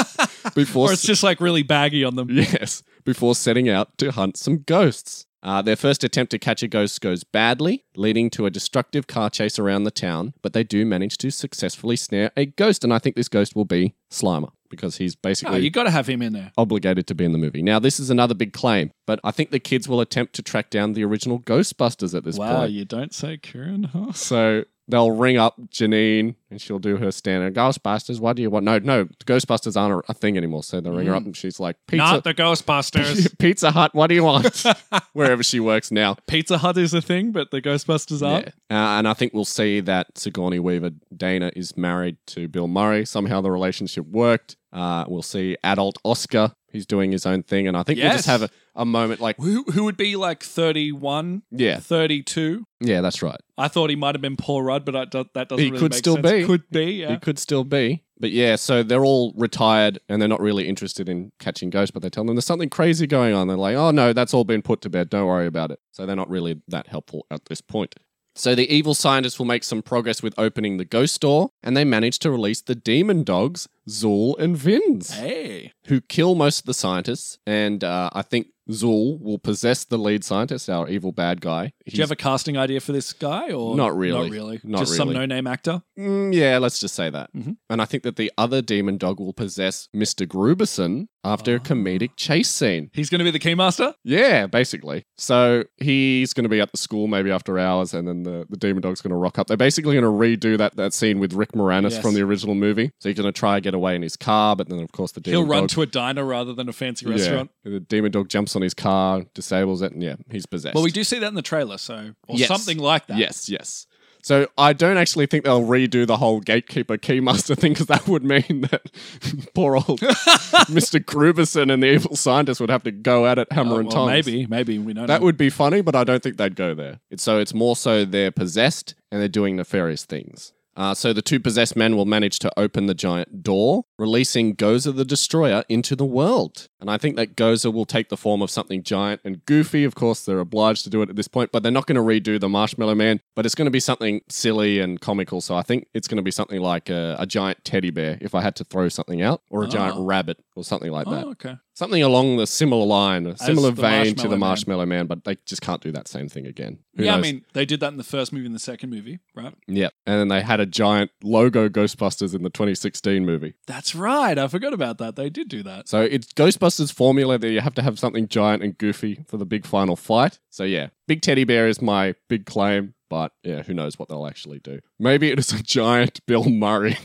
before Or it's just like really baggy on them. Yes, before setting out to hunt some ghosts. Uh, their first attempt to catch a ghost goes badly, leading to a destructive car chase around the town, but they do manage to successfully snare a ghost, and I think this ghost will be Slimer, because he's Oh, basically you got to have him in there. obligated to be in the movie. Now, this is another big claim, but I think the kids will attempt to track down the original Ghostbusters at this Wow, point. you don't say Kieran Haas. So they'll ring up Janine and she'll do her standard Ghostbusters, what do you want? No, no, Ghostbusters aren't a thing anymore. So they'll ring her up and she's like, Pizza, Mm. Not the Ghostbusters. Pizza Hut, what do you want? Wherever she works now. Pizza Hut is a thing, but the Ghostbusters Yeah. aren't. Uh, and I think we'll see that Sigourney Weaver, Dana, is married to Bill Murray. Somehow the relationship worked. Uh, we'll see adult Oscar. He's doing his own thing. And I think we'll just Yes. have a, a moment like, Who who would be like 31, yeah, 32? yeah, that's right. I thought he might have been Paul Rudd, but I don't, that doesn't He really could make still sense. be. Could be, yeah. It could still be. But yeah, so they're all retired and they're not really interested in catching ghosts, but they tell them there's something crazy going on. They're like, oh no, that's all been put to bed. Don't worry about it. So they're not really that helpful at this point. So the evil scientists will make some progress with opening the ghost door, and they manage to release the demon dogs, Zool and Vins Hey. who kill most of the scientists, and uh, I think Zool will possess the lead scientist, our evil bad guy. Do you have a casting idea for this guy? or Not really. Not really. Not Just some really. no name actor? Mm, yeah, let's just say that. Mhm. And I think that the other demon dog will possess Mr. Gruberson after a Oh. comedic chase scene. He's going to be the Keymaster? Yeah, basically. So he's going to be at the school maybe after hours, and then the, the demon dog's going to rock up. They're basically going to redo that, that scene with Rick Moranis Yes. from the original movie. So he's going to try and get away in his car, but then, of course, the demon He'll dog. run to a diner rather than a fancy Yeah. restaurant. The demon dog jumps on his car, disables it, and yeah, he's possessed. Well, we do see that in the trailer, so or Yes. something like that. Yes, yes. So I don't actually think they'll redo the whole gatekeeper keymaster thing because that would mean that poor old Mr. Gruberson and the evil scientist would have to go at it hammer Oh, and well, tongs. maybe, maybe we don't know. That would be funny, but I don't think they'd go there. It's, so it's more so they're possessed and they're doing nefarious things. Uh, so the two possessed men will manage to open the giant door, releasing Gozer the Destroyer into the world. And I think that Gozer will take the form of something giant and goofy. Of course, they're obliged to do it at this point, but they're not going to redo the Marshmallow Man. But it's going to be something silly and comical. So I think it's going to be something like a, a giant teddy bear, if I had to throw something out, or a giant Oh. rabbit, or something like that Oh, okay. something along the similar line, a similar the vein to the Marshmallow Man. Marshmallow Man. but they just can't do that same thing again. Who yeah, knows? I mean, they did that in the first movie and the second movie, right? yeah. And then they had a giant logo Ghostbusters in the 2016 movie. That's right. I forgot about that. They did do that. So it's Ghostbusters formula that you have to have something giant and goofy for the big final fight. So yeah, Big Teddy Bear is my big claim, but yeah, who knows what they'll actually do? Maybe it is a giant Bill Murray.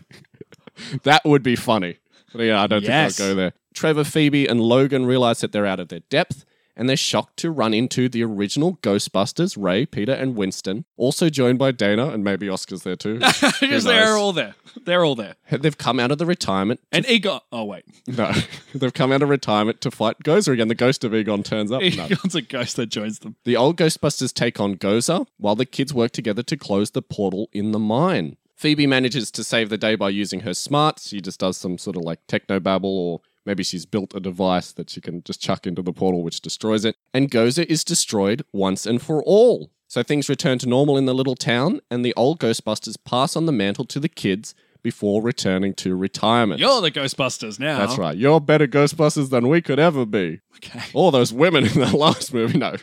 that would be funny. But yeah, I don't Yes. think they'll go there. Trevor, Phoebe, and Logan realize that they're out of their depth. And they're shocked to run into the original Ghostbusters, Ray, Peter, and Winston, also joined by Dana, and maybe Oscar's there too. Because they're knows? all there. They're all there. They've come out of the retirement And Egon. Oh, wait. no, they've come out of retirement to fight Gozer again. The ghost of Egon turns up. No. Egon's a ghost that joins them. The old Ghostbusters take on Gozer while the kids work together to close the portal in the mine. Phoebe manages to save the day by using her smarts. She just does some sort of like techno babble, or maybe she's built a device that she can just chuck into the portal, which destroys it. And Gozer is destroyed once and for all. So things return to normal in the little town, and the old Ghostbusters pass on the mantle to the kids before returning to retirement. You're the Ghostbusters now. That's right. You're better Ghostbusters than we could ever be. Okay. All those women in that last movie, no.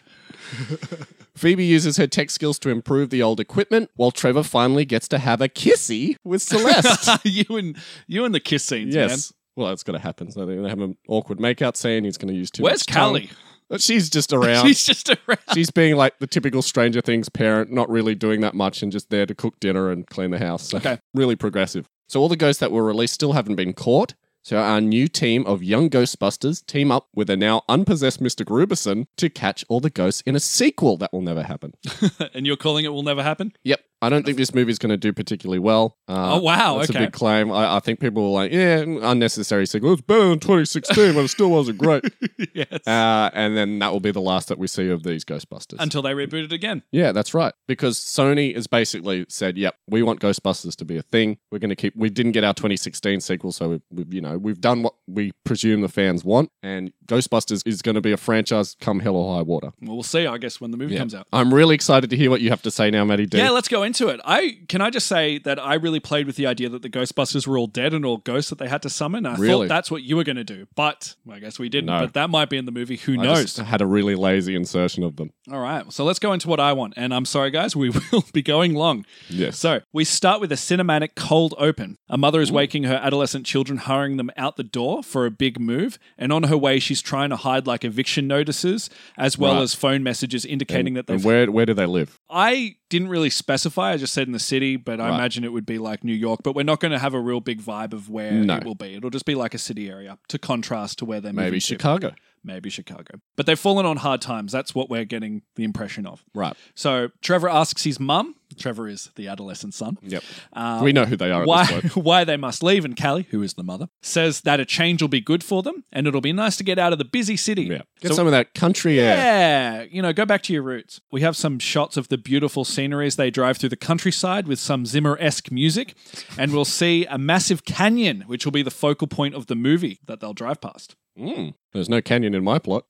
Phoebe uses her tech skills to improve the old equipment, while Trevor finally gets to have a kissy with Celeste. you and you and the kiss scenes, man. yes. Well, that's going to happen. So they're going to have an awkward makeout scene. He's going to use too Where's much tongue. Callie? But She's just around. She's just around. She's being like the typical Stranger Things parent, not really doing that much and just there to cook dinner and clean the house. So Okay. really progressive. So all the ghosts that were released still haven't been caught. So our new team of young Ghostbusters team up with a now unpossessed Mr. Gruberson to catch all the ghosts in a sequel that will never happen. and you're calling it will never happen? Yep. I don't think this movie's going to do particularly well. Uh, Oh, wow, That's okay. a big claim. I, I think people were like, yeah, unnecessary sequel. It's better than 2016, but it still wasn't great. yes. Uh, and then that will be the last that we see of these Ghostbusters. Until they reboot it again. yeah, that's right. Because Sony has basically said, "Yep, we want Ghostbusters to be a thing. We're going to keep. We didn't get our 2016 sequel, so we've, we've you know we've done what we presume the fans want, and Ghostbusters is going to be a franchise come hell or high water." Well, we'll see, I guess, when the movie Yeah. comes out. I'm really excited to hear what you have to say now, Matty D. Yeah, let's go into it. I can I just say that I really played with the idea that the Ghostbusters were all dead and all ghosts that they had to summon. I Really? thought that's what you were going to do, but well, I guess we didn't. No. But that might be in the movie. Who I knows? just had a really lazy insertion of them. All right, so let's go into what I want. And I'm sorry, guys, we will be going long. Yes. So we start with a cinematic cold open. A mother is waking her adolescent children, hurrying them out the door for a big move. And on her way, she's trying to hide like eviction notices as well Right. as phone messages indicating that And they've where where do they live? I didn't really specify. I just said in the city, but I Right. imagine it would be like New York. But we're not going to have a real big vibe of where No. it will be. It'll just be like a city area to contrast to where they're Maybe moving to. Chicago. Maybe Chicago. But they've fallen on hard times. That's what we're getting the impression of. Right. So Trevor asks his mum. Trevor is the adolescent son. Yep. Um, we know who they are at why, this point. why they must leave. And Callie, who is the mother, says that a change will be good for them and it'll be nice to get out of the busy city. Yeah. Get So- some of that country air. yeah, you know, go back to your roots. We have some shots of the beautiful scenery as they drive through the countryside with some Zimmer esque music, and we'll see a massive canyon, which will be the focal point of the movie that they'll drive past. Mm. There's no canyon in my plot.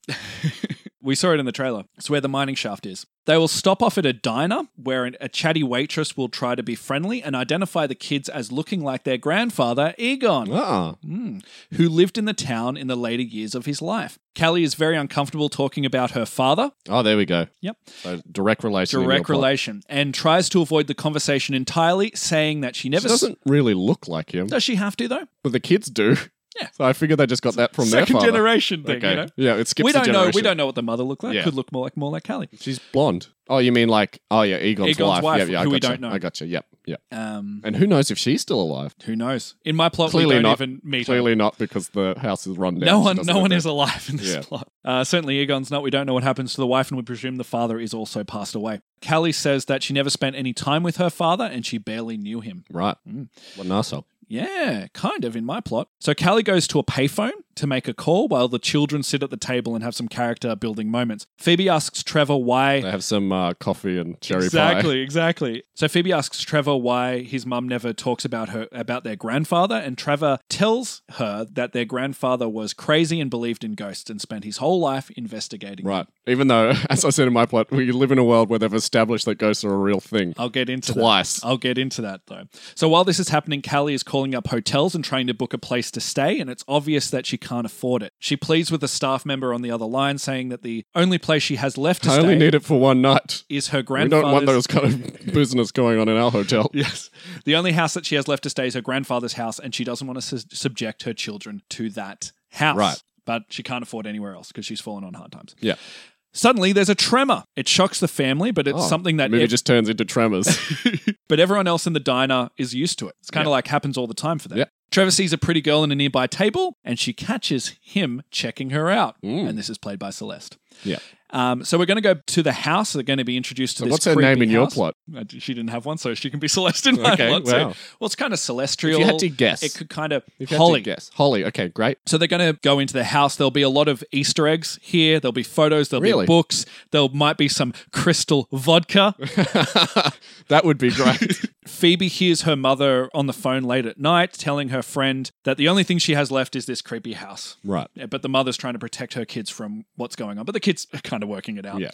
We saw it in the trailer. It's where the mining shaft is. They will stop off at a diner where an- a chatty waitress will try to be friendly and identify the kids as looking like their grandfather, Egon. Ah, Mm, who lived in the town in the later years of his life. Callie is very uncomfortable talking about her father. oh, there we go. Yep. So direct relation. in your Direct plot. relation. And tries to avoid the conversation entirely, saying that she never. She doesn't really look like him, Does she have to, though? but the kids do. Yeah. So I figure they just got that from Second their father. generation thing, Okay. you know? Yeah, it skips we a don't know. We generation. don't know what the mother looked like. Yeah. Could look more like more like Callie. She's blonde. Oh, you mean like oh yeah, Egon's, Egon's wife, Yeah, yeah, I who we gotcha. don't know. I gotcha. Yep, yep. Um, And who knows if she's still alive? who knows? In my plot, Clearly we don't not. even meet. her. Clearly not, because the house is run down. No She one, doesn't no live one there. is alive in this Yeah. plot. Uh, certainly, Egon's not. We don't know what happens to the wife, and we presume the father is also passed away. Callie says that she never spent any time with her father, and she barely knew him. Right. Mm. What an asshole. Yeah, kind of in my plot. So Callie goes to a payphone to make a call while the children sit at the table and have some character building moments. Phoebe asks Trevor They why. have some uh, coffee and cherry pie. Exactly, exactly. So Phoebe asks Trevor why his mum never talks about her about their grandfather, and Trevor tells her that their grandfather was crazy and believed in ghosts and spent his whole life investigating. Right. Even though, as I said in my plot, we live in a world where they've established that ghosts are a real thing. I'll get into Twice. That. I'll get into that though. So while this is happening, Callie is calling up hotels and trying to book a place to stay, and it's obvious that she can't afford it. She pleads with a staff member on the other line, saying that the only place she has left to I only stay need it for one night. is her We grandfather's. don't want those kind of business going on in our hotel. Yes. The only house that she has left to stay is her grandfather's house, and she doesn't want to su- subject her children to that house. Right. But she can't afford anywhere else because she's fallen on hard times. Yeah. Suddenly, there's a tremor. It shocks the family, but it's Oh, something The that movie ev- just turns into tremors. but everyone else in the diner is used to it. It's kind of like happens all the time for them. Yep. Trevor sees a pretty girl in a nearby table and she catches him checking her out. Mm. And this is played by Celeste. Yeah. Um, so we're going to go to the house. They're going to be introduced to So this. what's her creepy name in your house. plot? Uh, She didn't have one, so she can be Celeste in my Okay, plot. so- wow. well, it's kind of celestial. If you had to guess. It could kind of If you had to Holly. guess. Holly. Okay, great. So they're going to go into the house. There'll be a lot of Easter eggs here. There'll be photos. There'll Really? be books. There might be some crystal vodka. that would be great. Phoebe hears her mother on the phone late at night telling her friend that the only thing she has left is this creepy house. right. Yeah, But the mother's trying to protect her kids from what's going on. But the kids are kind of working it out. Yeah.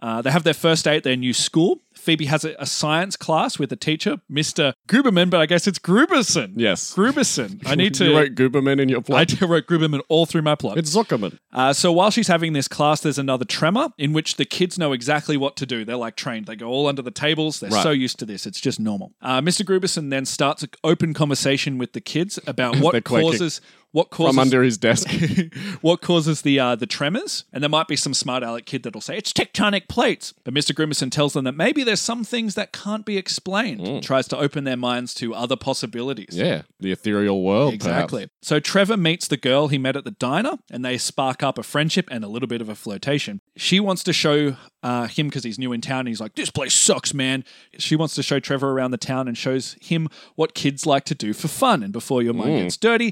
Uh, they have their first day at their new school. Phoebe has a, a science class with a teacher, Mr. Gruberman, but I guess it's Gruberson. Yes. Gruberson. I need You to. wrote Gooberman in your I plot. wrote Gruberman all through my plot. it's Zuckerman. Uh, so while she's having this class, there's another tremor in which the kids know exactly what to do. They're like trained. They go all under the tables. They're Right. so used to this. It's just normal. Uh, Mr. Gruberson then starts an open conversation with the kids about They're what quaking. causes what causes From under his desk. what causes the uh, the tremors. And there might be some smart aleck kid that'll say it's tectonic plates. But Mr. Grimason tells them that maybe there's some things that can't be explained. Mm. and Tries to open their minds to other possibilities. yeah. The ethereal world. Exactly. So Trevor meets the girl he met at the diner and they spark up a friendship and a little bit of a flirtation. She wants to show uh, him because he's new in town. And he's like, this place sucks, man. She wants to show Trevor around the town and shows him what kids like to do for fun. And before your mind gets dirty,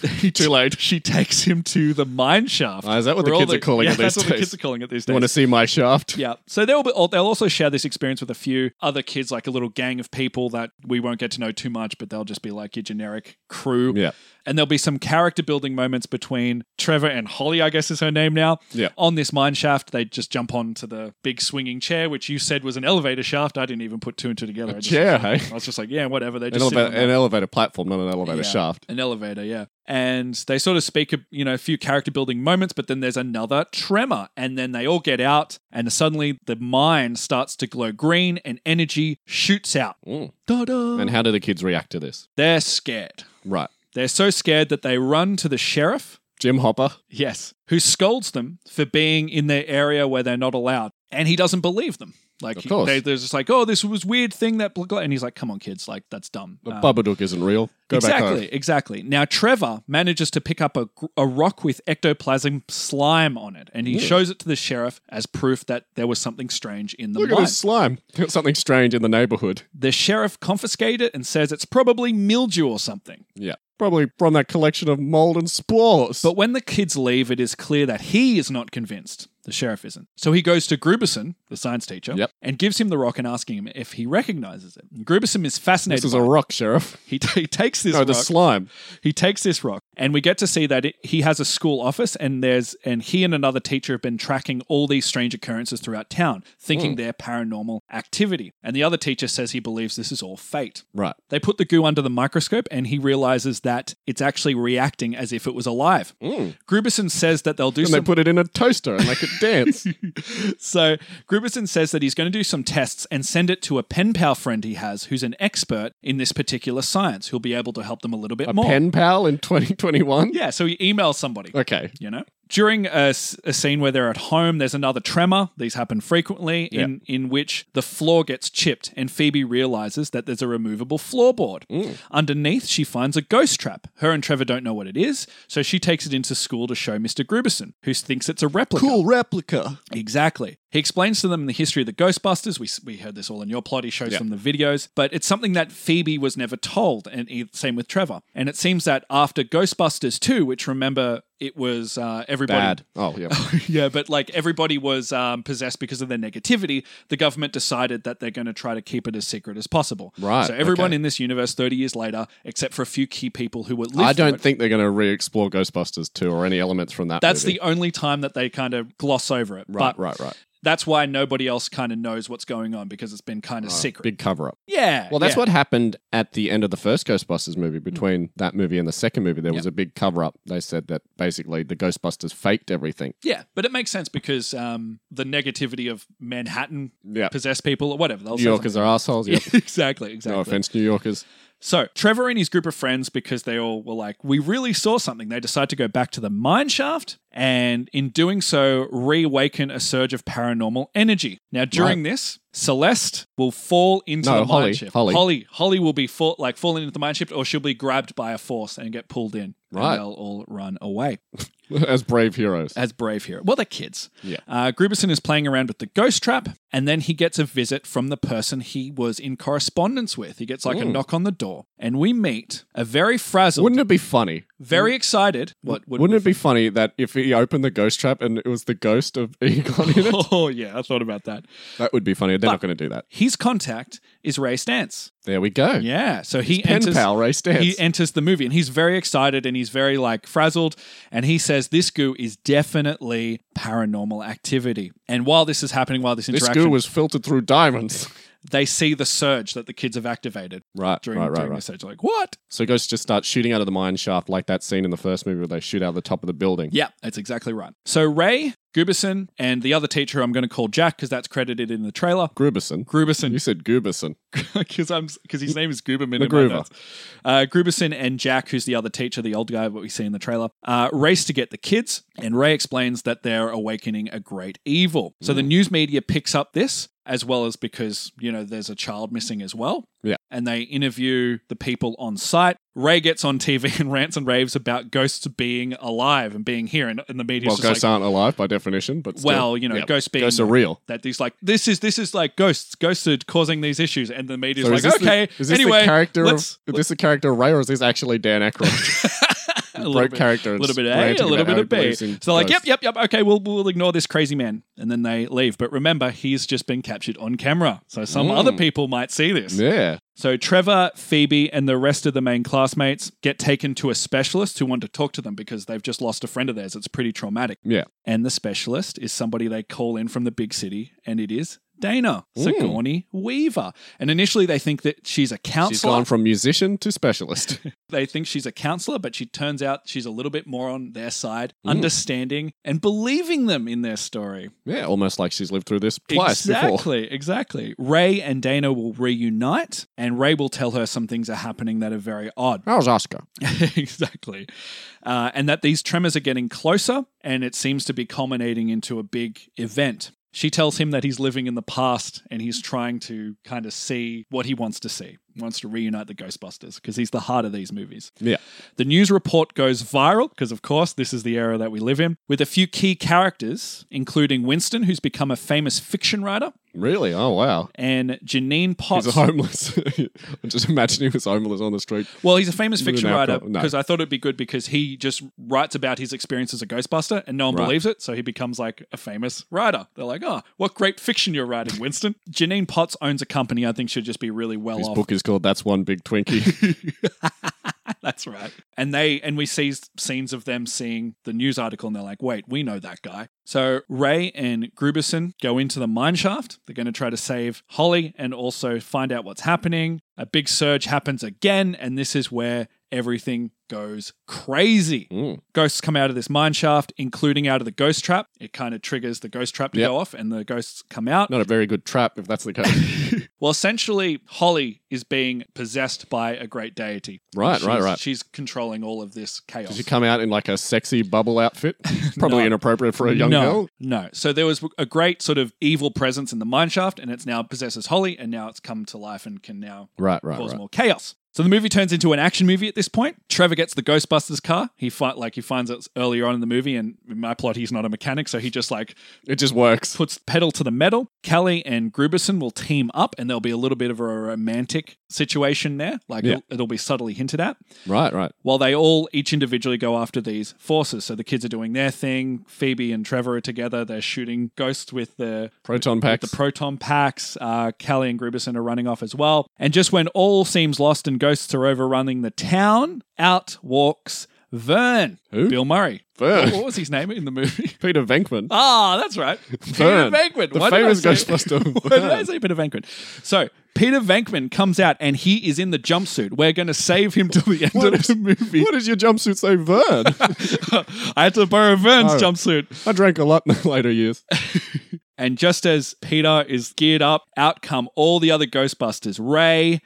he Mm. Too late. She takes him to the mine shaft. Ah, is that what the where all kids are calling yeah, it these that's what the days? kids are calling it these days. Want to see my shaft? Yeah. So they'll be, oh, they'll also share this experience with a few other kids, like a little gang of people that we won't get to know too much, but they'll just be like your generic crew. Yeah. And there'll be some character building moments between Trevor and Holly, I guess is her name now. Yeah. On this mine shaft, they just jump onto the big swinging chair, which you said was an elevator shaft. I didn't even put two and two together. I just- Chair, hey? I was just like, yeah, whatever. They An, just sit on eleva- that. an elevator platform, not an elevator Yeah, shaft. An elevator, yeah. And they sort of speak, you know, a few character building moments, but then there's another tremor. And then they all get out, and suddenly the mine starts to glow green and energy shoots out. Mm. Da-da. And how do the kids react to this? They're scared. Right. They're so scared that they run to the sheriff, Jim Hopper. yes, who scolds them for being in their area where they're not allowed. And he doesn't believe them. Like, Of he- course. they, they're just like, oh, this was weird thing that, blah, blah. and he's like, come on, kids, like, that's dumb. The Um, Babadook isn't real. Go back exactly, home. exactly. Now Trevor manages to pick up a, gr- a rock with ectoplasm slime on it, and he shows it to the sheriff as proof that there was something strange in the Look at mine. this slime. Got something strange in the neighborhood. The sheriff confiscates it and says it's probably mildew or something. Yeah. Probably from that collection of mold and spores. But when the kids leave, it is clear that he is not convinced. The sheriff isn't. So he goes to Gruberson, the science teacher, Yep. and gives him the rock and asking him if he recognizes it. Gruberson is fascinated. this is by a it. rock, Sheriff. he, t- he takes this No, the rock. slime. He takes this rock, and we get to see that it, he has a school office, and there's and he and another teacher have been tracking all these strange occurrences throughout town, thinking Hmm. they're paranormal activity. And the other teacher says he believes this is all fate. Right. They put the goo under the microscope, and he realizes that it's actually reacting as if it was alive. Gruberson says that they'll do Hmm. And some. they put it in a toaster and make it dance. So Gruberson says that he's going to do some tests and send it to a pen pal friend he has, who's an expert in this particular science, who'll be able to help them a little bit A more. pen pal in 2021? yeah, so he emails somebody. Okay. you know during a, s- a scene where they're at home there's another tremor these happen frequently in in which the floor gets chipped and phoebe realizes that there's a removable floorboard underneath she finds a ghost trap her and trevor don't know what it is so she takes it into school to show mr gruberson who thinks it's a replica replica. Exactly. He explains to them the history of the Ghostbusters. We, we heard this all in your plot. He shows Yeah. them the videos, but it's something that Phoebe was never told, and e- same with Trevor. And it seems that after Ghostbusters 2, which remember it was uh, everybody. Bad. Oh, yeah. yeah, but like everybody was um, possessed because of their negativity. The government decided that they're going to try to keep it as secret as possible. Right, So everyone okay. in this universe, 30 years later, except for a few key people who were. I don't think they're going to re explore Ghostbusters 2 or any elements from that. That's movie. the only time that they kind of gloss over it. Right, but right, right. that's why nobody else kind of knows what's going on because it's been kind of secret. Big cover up. yeah. Well, that's yeah. Mm. what happened at the end of the first Ghostbusters movie. Between that movie and the second movie, there was a big cover up. They said that basically the Ghostbusters faked everything. Yeah, but it makes sense because um, the negativity of Manhattan Yeah. possessed people or whatever. They'll New say Yorkers are assholes. Yep. something. exactly. Exactly. No offense, New Yorkers. So Trevor and his group of friends, because they all were like, "We really saw something," they decide to go back to the mine shaft, and in doing so, reawaken a surge of paranormal energy. Now, during this, Celeste will fall into No, the Holly, mine shift. Holly. Holly, Holly will be fall, like falling into the mine shift, or she'll be grabbed by a force and get pulled in. Right. and they'll all run away As brave heroes. as brave here. Well, they're kids. Yeah. Uh, Gruberson is playing around with the ghost trap, and then he gets a visit from the person he was in correspondence with. He gets like a knock on the door, and we meet a very frazzled, Wouldn't it be funny? very excited. What would Wouldn't, it be funny that if he opened the ghost trap and it was the ghost of Egon in it? Oh yeah, I thought about that. That would be funny. They're not going to do that. His contact is Ray Stantz. There we go. Yeah, so he Pen enters. pal Ray Stantz. He enters the movie and he's very excited and he's very like frazzled. And he says, This goo is definitely paranormal activity. And while this is happening, while this this interaction goo was filtered through diamonds. they see the surge that the kids have activated Right, during, right, right, during right. the surge. Like, what? So ghosts just start shooting out of the mine shaft like that scene in the first movie where they shoot out of the top of the building. Yeah, that's exactly right. So Ray, Guberson, and the other teacher I'm going to call Jack because that's credited in the trailer. Gruberson. You Gruberson, said Gooberson. because I'm because his name is Guberman. in my Gruber. notes. Uh, Gruberson and Jack, who's the other teacher, the old guy, what we see in the trailer, uh, race to get the kids. And Ray explains that they're awakening a great Mm. evil. So the news media picks up this, as well as because you know there's a child missing as well. Yeah. And they interview the people on site. Ray gets on TV and rants and raves about ghosts being alive and being here. And, and the media's Well, just ghosts like, aren't alive by definition, but still. well, you know, Yep. ghosts being Ghosts are real. That he's like, this is this is like ghosts. Ghosts are causing these issues, and the media's So like, is this the- okay, is this anyway, the character of, let's is this the character of Ray, or is this actually Dan Aykroyd? a little broke bit- character a and little bit eh? A, ranting a little about bit how of he B. believes So in they're like, yep, ghosts. yep, yep. Okay, we'll we'll ignore this crazy man, and then they leave. But remember, he's just been captured on camera, so some Mm. other people might see this. yeah. So Trevor, Phoebe, and the rest of the main classmates get taken to a specialist who want to talk to them because they've just lost a friend of theirs. It's pretty traumatic. Yeah. And the specialist is somebody they call in from the big city, and it is Dana Hmm. Sigourney Weaver. And initially, they think that she's a She's counselor. gone from musician to specialist. they think she's a counselor, but she turns out she's a little bit more on their side, Mm. understanding and believing them in their story. yeah, almost like she's lived through this twice before. exactly, exactly. Ray and Dana will reunite, and Ray will tell her some things are happening that are very odd. How's Oscar? exactly. Uh, and that these tremors are getting closer and it seems to be culminating into a big event. She tells him that he's living in the past and he's trying to kind of see what he wants to see, wants to reunite the Ghostbusters because he's the heart of these movies. Yeah. The news report goes viral because, of course, this is the era that we live in, with a few key characters, including Winston, who's become a famous fiction writer, Really? Oh, wow. and Janine Potts. He's a homeless. I just imagine he was homeless on the street. Well, he's a famous He's an fiction writer alcohol- no. because I thought it'd be good because he just writes about his experience as a Ghostbuster and no one Right. believes it. So he becomes like a famous writer. They're like, oh, what great fiction you're writing, Winston. Janine Potts owns a company I think she'll just be really well His off. book is called That's One Big Twinkie. That's right. And they and we see s- scenes of them seeing the news article and they're like, wait, we know that guy. So Ray and Gruberson go into the mine shaft. They're going to try to save Holly and also find out what's happening. A big surge happens again, and this is where everything goes crazy. Mm. Ghosts come out of this mine shaft, including out of the ghost trap. It kind of triggers the ghost trap to Yep. go off, and the ghosts come out. Not a very good trap, if that's the case. Well, essentially, Holly is being possessed by a great deity. Right, She's- right, right. She's controlling all of this chaos. Did you come out in like a sexy bubble outfit? Probably No. inappropriate for a young no, girl. No. So there was a great sort of evil presence in the mine shaft, and it's now possesses Holly, and now it's come to life and can now Right, right, cause right. more chaos. So the movie turns into an action movie at this point. Trevor gets the Ghostbusters car. He fight like he finds it earlier on in the movie, and in my plot, he's not a mechanic, so he just like It just works. puts pedal to the metal. Kelly and Gruberson will team up, and there'll be a little bit of a romantic situation there. Like Yeah. it'll, it'll be subtly hinted at. Right, right. While they all each individually go after these forces. So the kids are doing their thing. Phoebe and Trevor are together. They're shooting ghosts with the Proton packs. the proton packs. Uh, Kelly and Gruberson are running off as well. And just when all seems lost and ghosts are overrunning the town, out walks Vern. Who? Bill Murray. Vern. What was his name in the movie? Peter Venkman. Ah, that's right. Vern. Peter Venkman. The Why did I famous say- Ghostbuster. Why did I say Peter Venkman? So Peter Venkman comes out and he is in the jumpsuit. We're going to save him till the end What of is- the movie. What does your jumpsuit say, Vern? I had to borrow Vern's Oh. jumpsuit. I drank a lot in the later years. And just as Peter is geared up, out come all the other Ghostbusters Ray,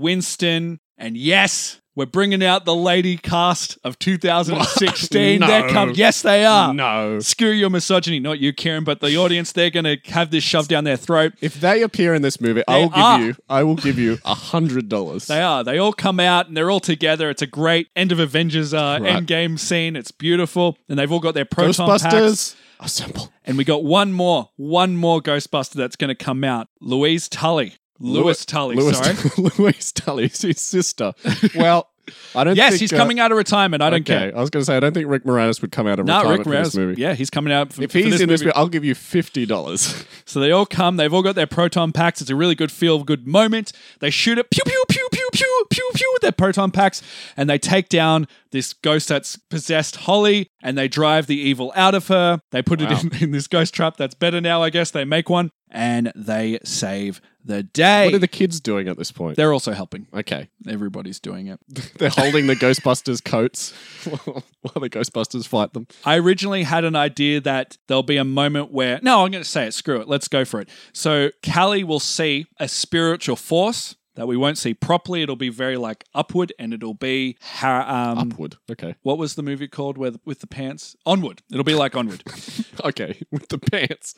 Winston, and yes, we're bringing out the lady cast of 2016. No. They come. Yes, they are. no. Screw your misogyny, not you, Karen, but the audience. They're going to have this shoved down their throat. If they appear in this movie, I They will give are. you. I will give you a hundred dollars. They are. They all come out and they're all together. It's a great end of Avengers uh, Right. Endgame scene. It's beautiful, and they've all got their proton packs. Ghostbusters. Assemble. And we got one more, one more Ghostbuster that's going to come out. Louise Tully. Louis Tully, Louis, sorry. Louis Tully's his sister. Well, I don't. yes, think, uh, he's coming out of retirement. I don't care. I was going to say I don't think Rick Moranis would come out of No, Rick retirement for this Moranis. movie. Yeah, he's coming out. For, If for he's this in this movie. movie, I'll give you fifty dollars. So they all come. They've all got their proton packs. It's a really good feel good moment. They shoot it. Pew, pew, pew, pew, pew, pew, pew with their proton packs. And they take down this ghost that's possessed Holly and they drive the evil out of her. They put Wow. it in, in this ghost trap that's better now, I guess. They make one and they save the day. What are the kids doing at this point? They're also helping. okay, Everybody's doing it. they're holding the Ghostbusters coats while the Ghostbusters fight them. I originally had an idea that there'll be a moment where, no, I'm going to say it, screw it, let's go for it. So Callie will see a spiritual force. that we won't see properly. It'll be very like upward, and it'll be ha- um, Upward. Okay. what was the movie called where the, with the pants? Onward. It'll be like Onward. Okay. With the pants.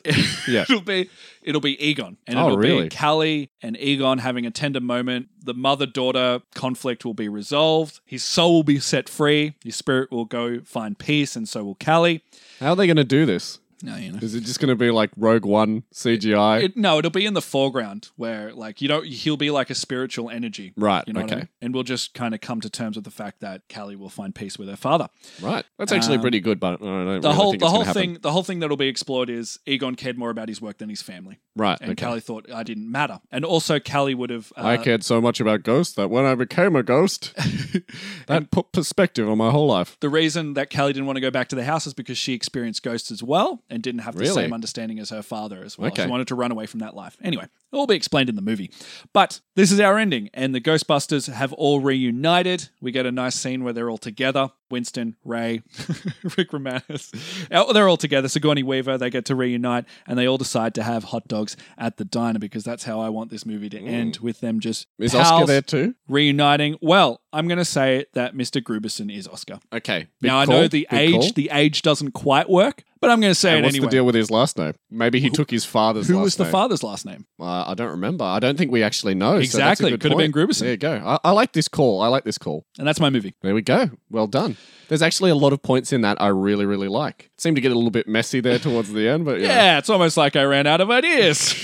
yeah. it'll be it'll be Egon, and Oh, it'll really? be Callie and Egon having a tender moment. The mother daughter conflict will be resolved. His soul will be set free. His spirit will go find peace, and so will Callie. How are they going to do this? No, you know. Is it just going to be like Rogue One CGI? It, no, it'll be in the foreground where, like, you know, he'll be like a spiritual energy, Right, You know what I okay. mean? And we'll just kind of come to terms with the fact that Callie will find peace with her father. right. That's actually pretty good, but I don't Um, The really whole think the it's whole gonna happen. thing the whole thing that'll be explored is Egon cared more about his work than his family, Right. and okay. Callie thought I didn't matter, and also Callie would have uh, I cared so much about ghosts that when I became a ghost, that put perspective on my whole life. the reason that Callie didn't want to go back to the house is because she experienced ghosts as well and didn't have the Really? same understanding as her father as well. Okay. She wanted to run away from that life. Anyway, it'll be explained in the movie. But this is our ending, and the Ghostbusters have all reunited. We get a nice scene where they're all together. Winston, Ray, Rick Romanus. Uh, They're all together. Sigourney Weaver, they get to reunite, and they all decide to have hot dogs at the diner because that's how I want this movie to end with them just Mm. Is Oscar pals there too? reuniting. Well, I'm going to say that Mr. Gruberson is Oscar Okay. now I know the age the age doesn't quite work, but I'm going to say and it what's anyway. the deal with his last name? Maybe he took his father's Who last was the name. father's last name? Uh, I don't remember. I don't think we actually know. so that's a Exactly. good Could have been point. Gruberson. There you go. I, I like this call. I like this call. And that's my movie. There we go. Well done. There's actually a lot of points in that I really, really like. It seemed to get a little bit messy there towards the end, but you know. Yeah, it's almost like I ran out of ideas.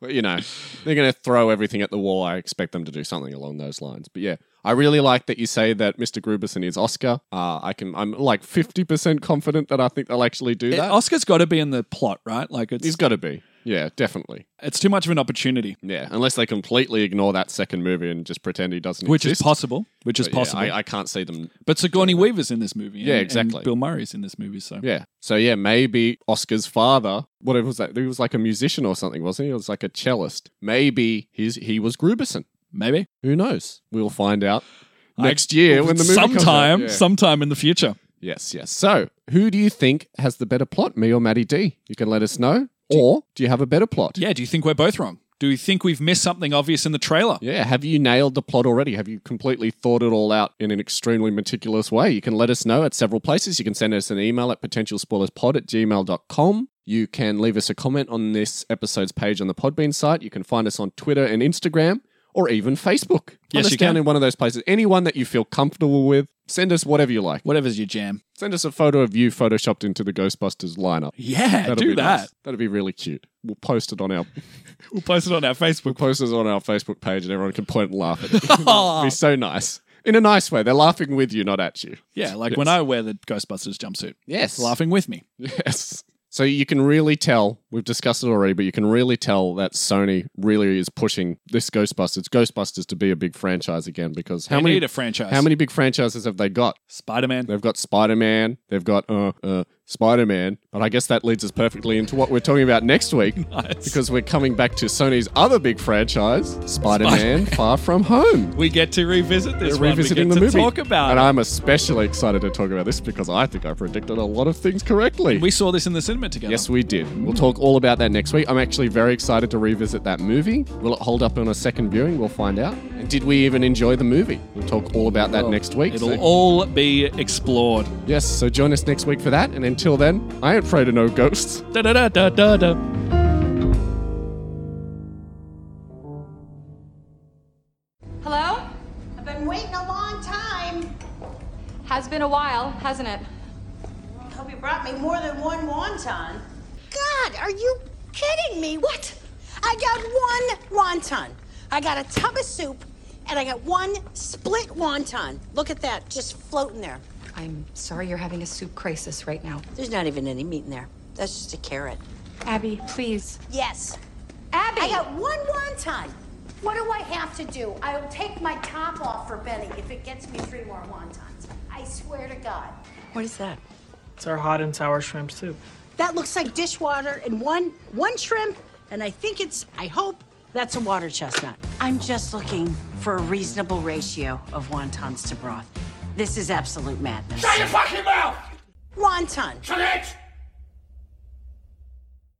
But you know, they're going to throw everything at the wall. I expect them to do something along those lines. But yeah, I really like that you say that Mr. Gruberson is Oscar. Uh, I can, I'm like fifty percent confident that I think they'll actually do that. Oscar's got to be in the plot, right? Like it's He's got to be. Yeah, definitely. it's too much of an opportunity, Yeah, unless they completely ignore that second movie and just pretend he doesn't which exist. is possible, which is But yeah, possible. I, I can't see them. but Sigourney Weaver's in this movie. Yeah, and- exactly. And Bill Murray's in this movie, so Yeah. So yeah, maybe Oscar's father. What was that? He was like a musician or something, wasn't he? He was like a cellist. Maybe his he was Gruberson. maybe Who knows? We'll find out I- next year when the movie comes out. sometime, Yeah. sometime in the future. Yes, yes. So, who do you think has the better plot, me or Maddie D? You can let us know. Or do you have a better plot? Yeah. Do you think we're both wrong? Do you think we've missed something obvious in the trailer? Yeah, have you nailed the plot already? Have you completely thought it all out in an extremely meticulous way? You can let us know at several places. You can send us an email at potentialspoilerspod at gmail.com. You can leave us a comment on this episode's page on the Podbean site. You can find us on Twitter and Instagram or even Facebook. Yes, Find us you down can. in one of those places. Anyone that you feel comfortable with, send us whatever you like. Whatever's your jam. Send us a photo of you photoshopped into the Ghostbusters lineup. Yeah, That'll do be that. nice. That'd be really cute. We'll post it on our We'll post it on our Facebook. post it on our Facebook page, and everyone can point and laugh at it. It'd be so nice in a nice way. They're laughing with you, not at you. Yeah, like when I wear the Ghostbusters jumpsuit, Yes, laughing with me. Yes. So you can really tell. We've discussed it already, but you can really tell that Sony really is pushing this Ghostbusters, Ghostbusters, to be a big franchise again. Because how They many need a franchise. how many big franchises have they got? Spider Man? They've got Spider Man. They've got uh, uh, Spider Man. But I guess that leads us perfectly into what we're talking about next week because we're coming back to Sony's other big franchise, Spider Man Far From Home. We get to revisit this. We're one. revisiting we the get to movie. Talk about. and it. I'm especially excited to talk about this because I think I predicted a lot of things correctly. we saw this in the cinema together. Yes, we did. We'll talk all about that next week. I'm actually very excited to revisit that movie. Will it hold up on a second viewing? We'll find out. And did we even enjoy the movie? We'll talk all about that next week. It'll So- all be explored. Yes, so join us next week for that. And until then, I ain't afraid of no ghosts. Da da da da da da. Hello? I've been waiting a long time. Has been a while, hasn't it? Hope you brought me more than one wonton. God, are you kidding me? What? I got one wonton. I got a tub of soup, and I got one split wonton. Look at that, just floating there. I'm sorry you're having a soup crisis right now. There's not even any meat in there. That's just a carrot. Abby, please. Yes. Abby! I got one wonton. What do I have to do? I'll take my top off for Benny if it gets me three more wontons. I swear to God. what is that? It's our hot and sour shrimp soup. That looks like dishwater and one one shrimp, and I think it's I hope that's a water chestnut. I'm just looking for a reasonable ratio of wontons to broth. This is absolute madness. Shut your fucking mouth! Wonton. Shut it!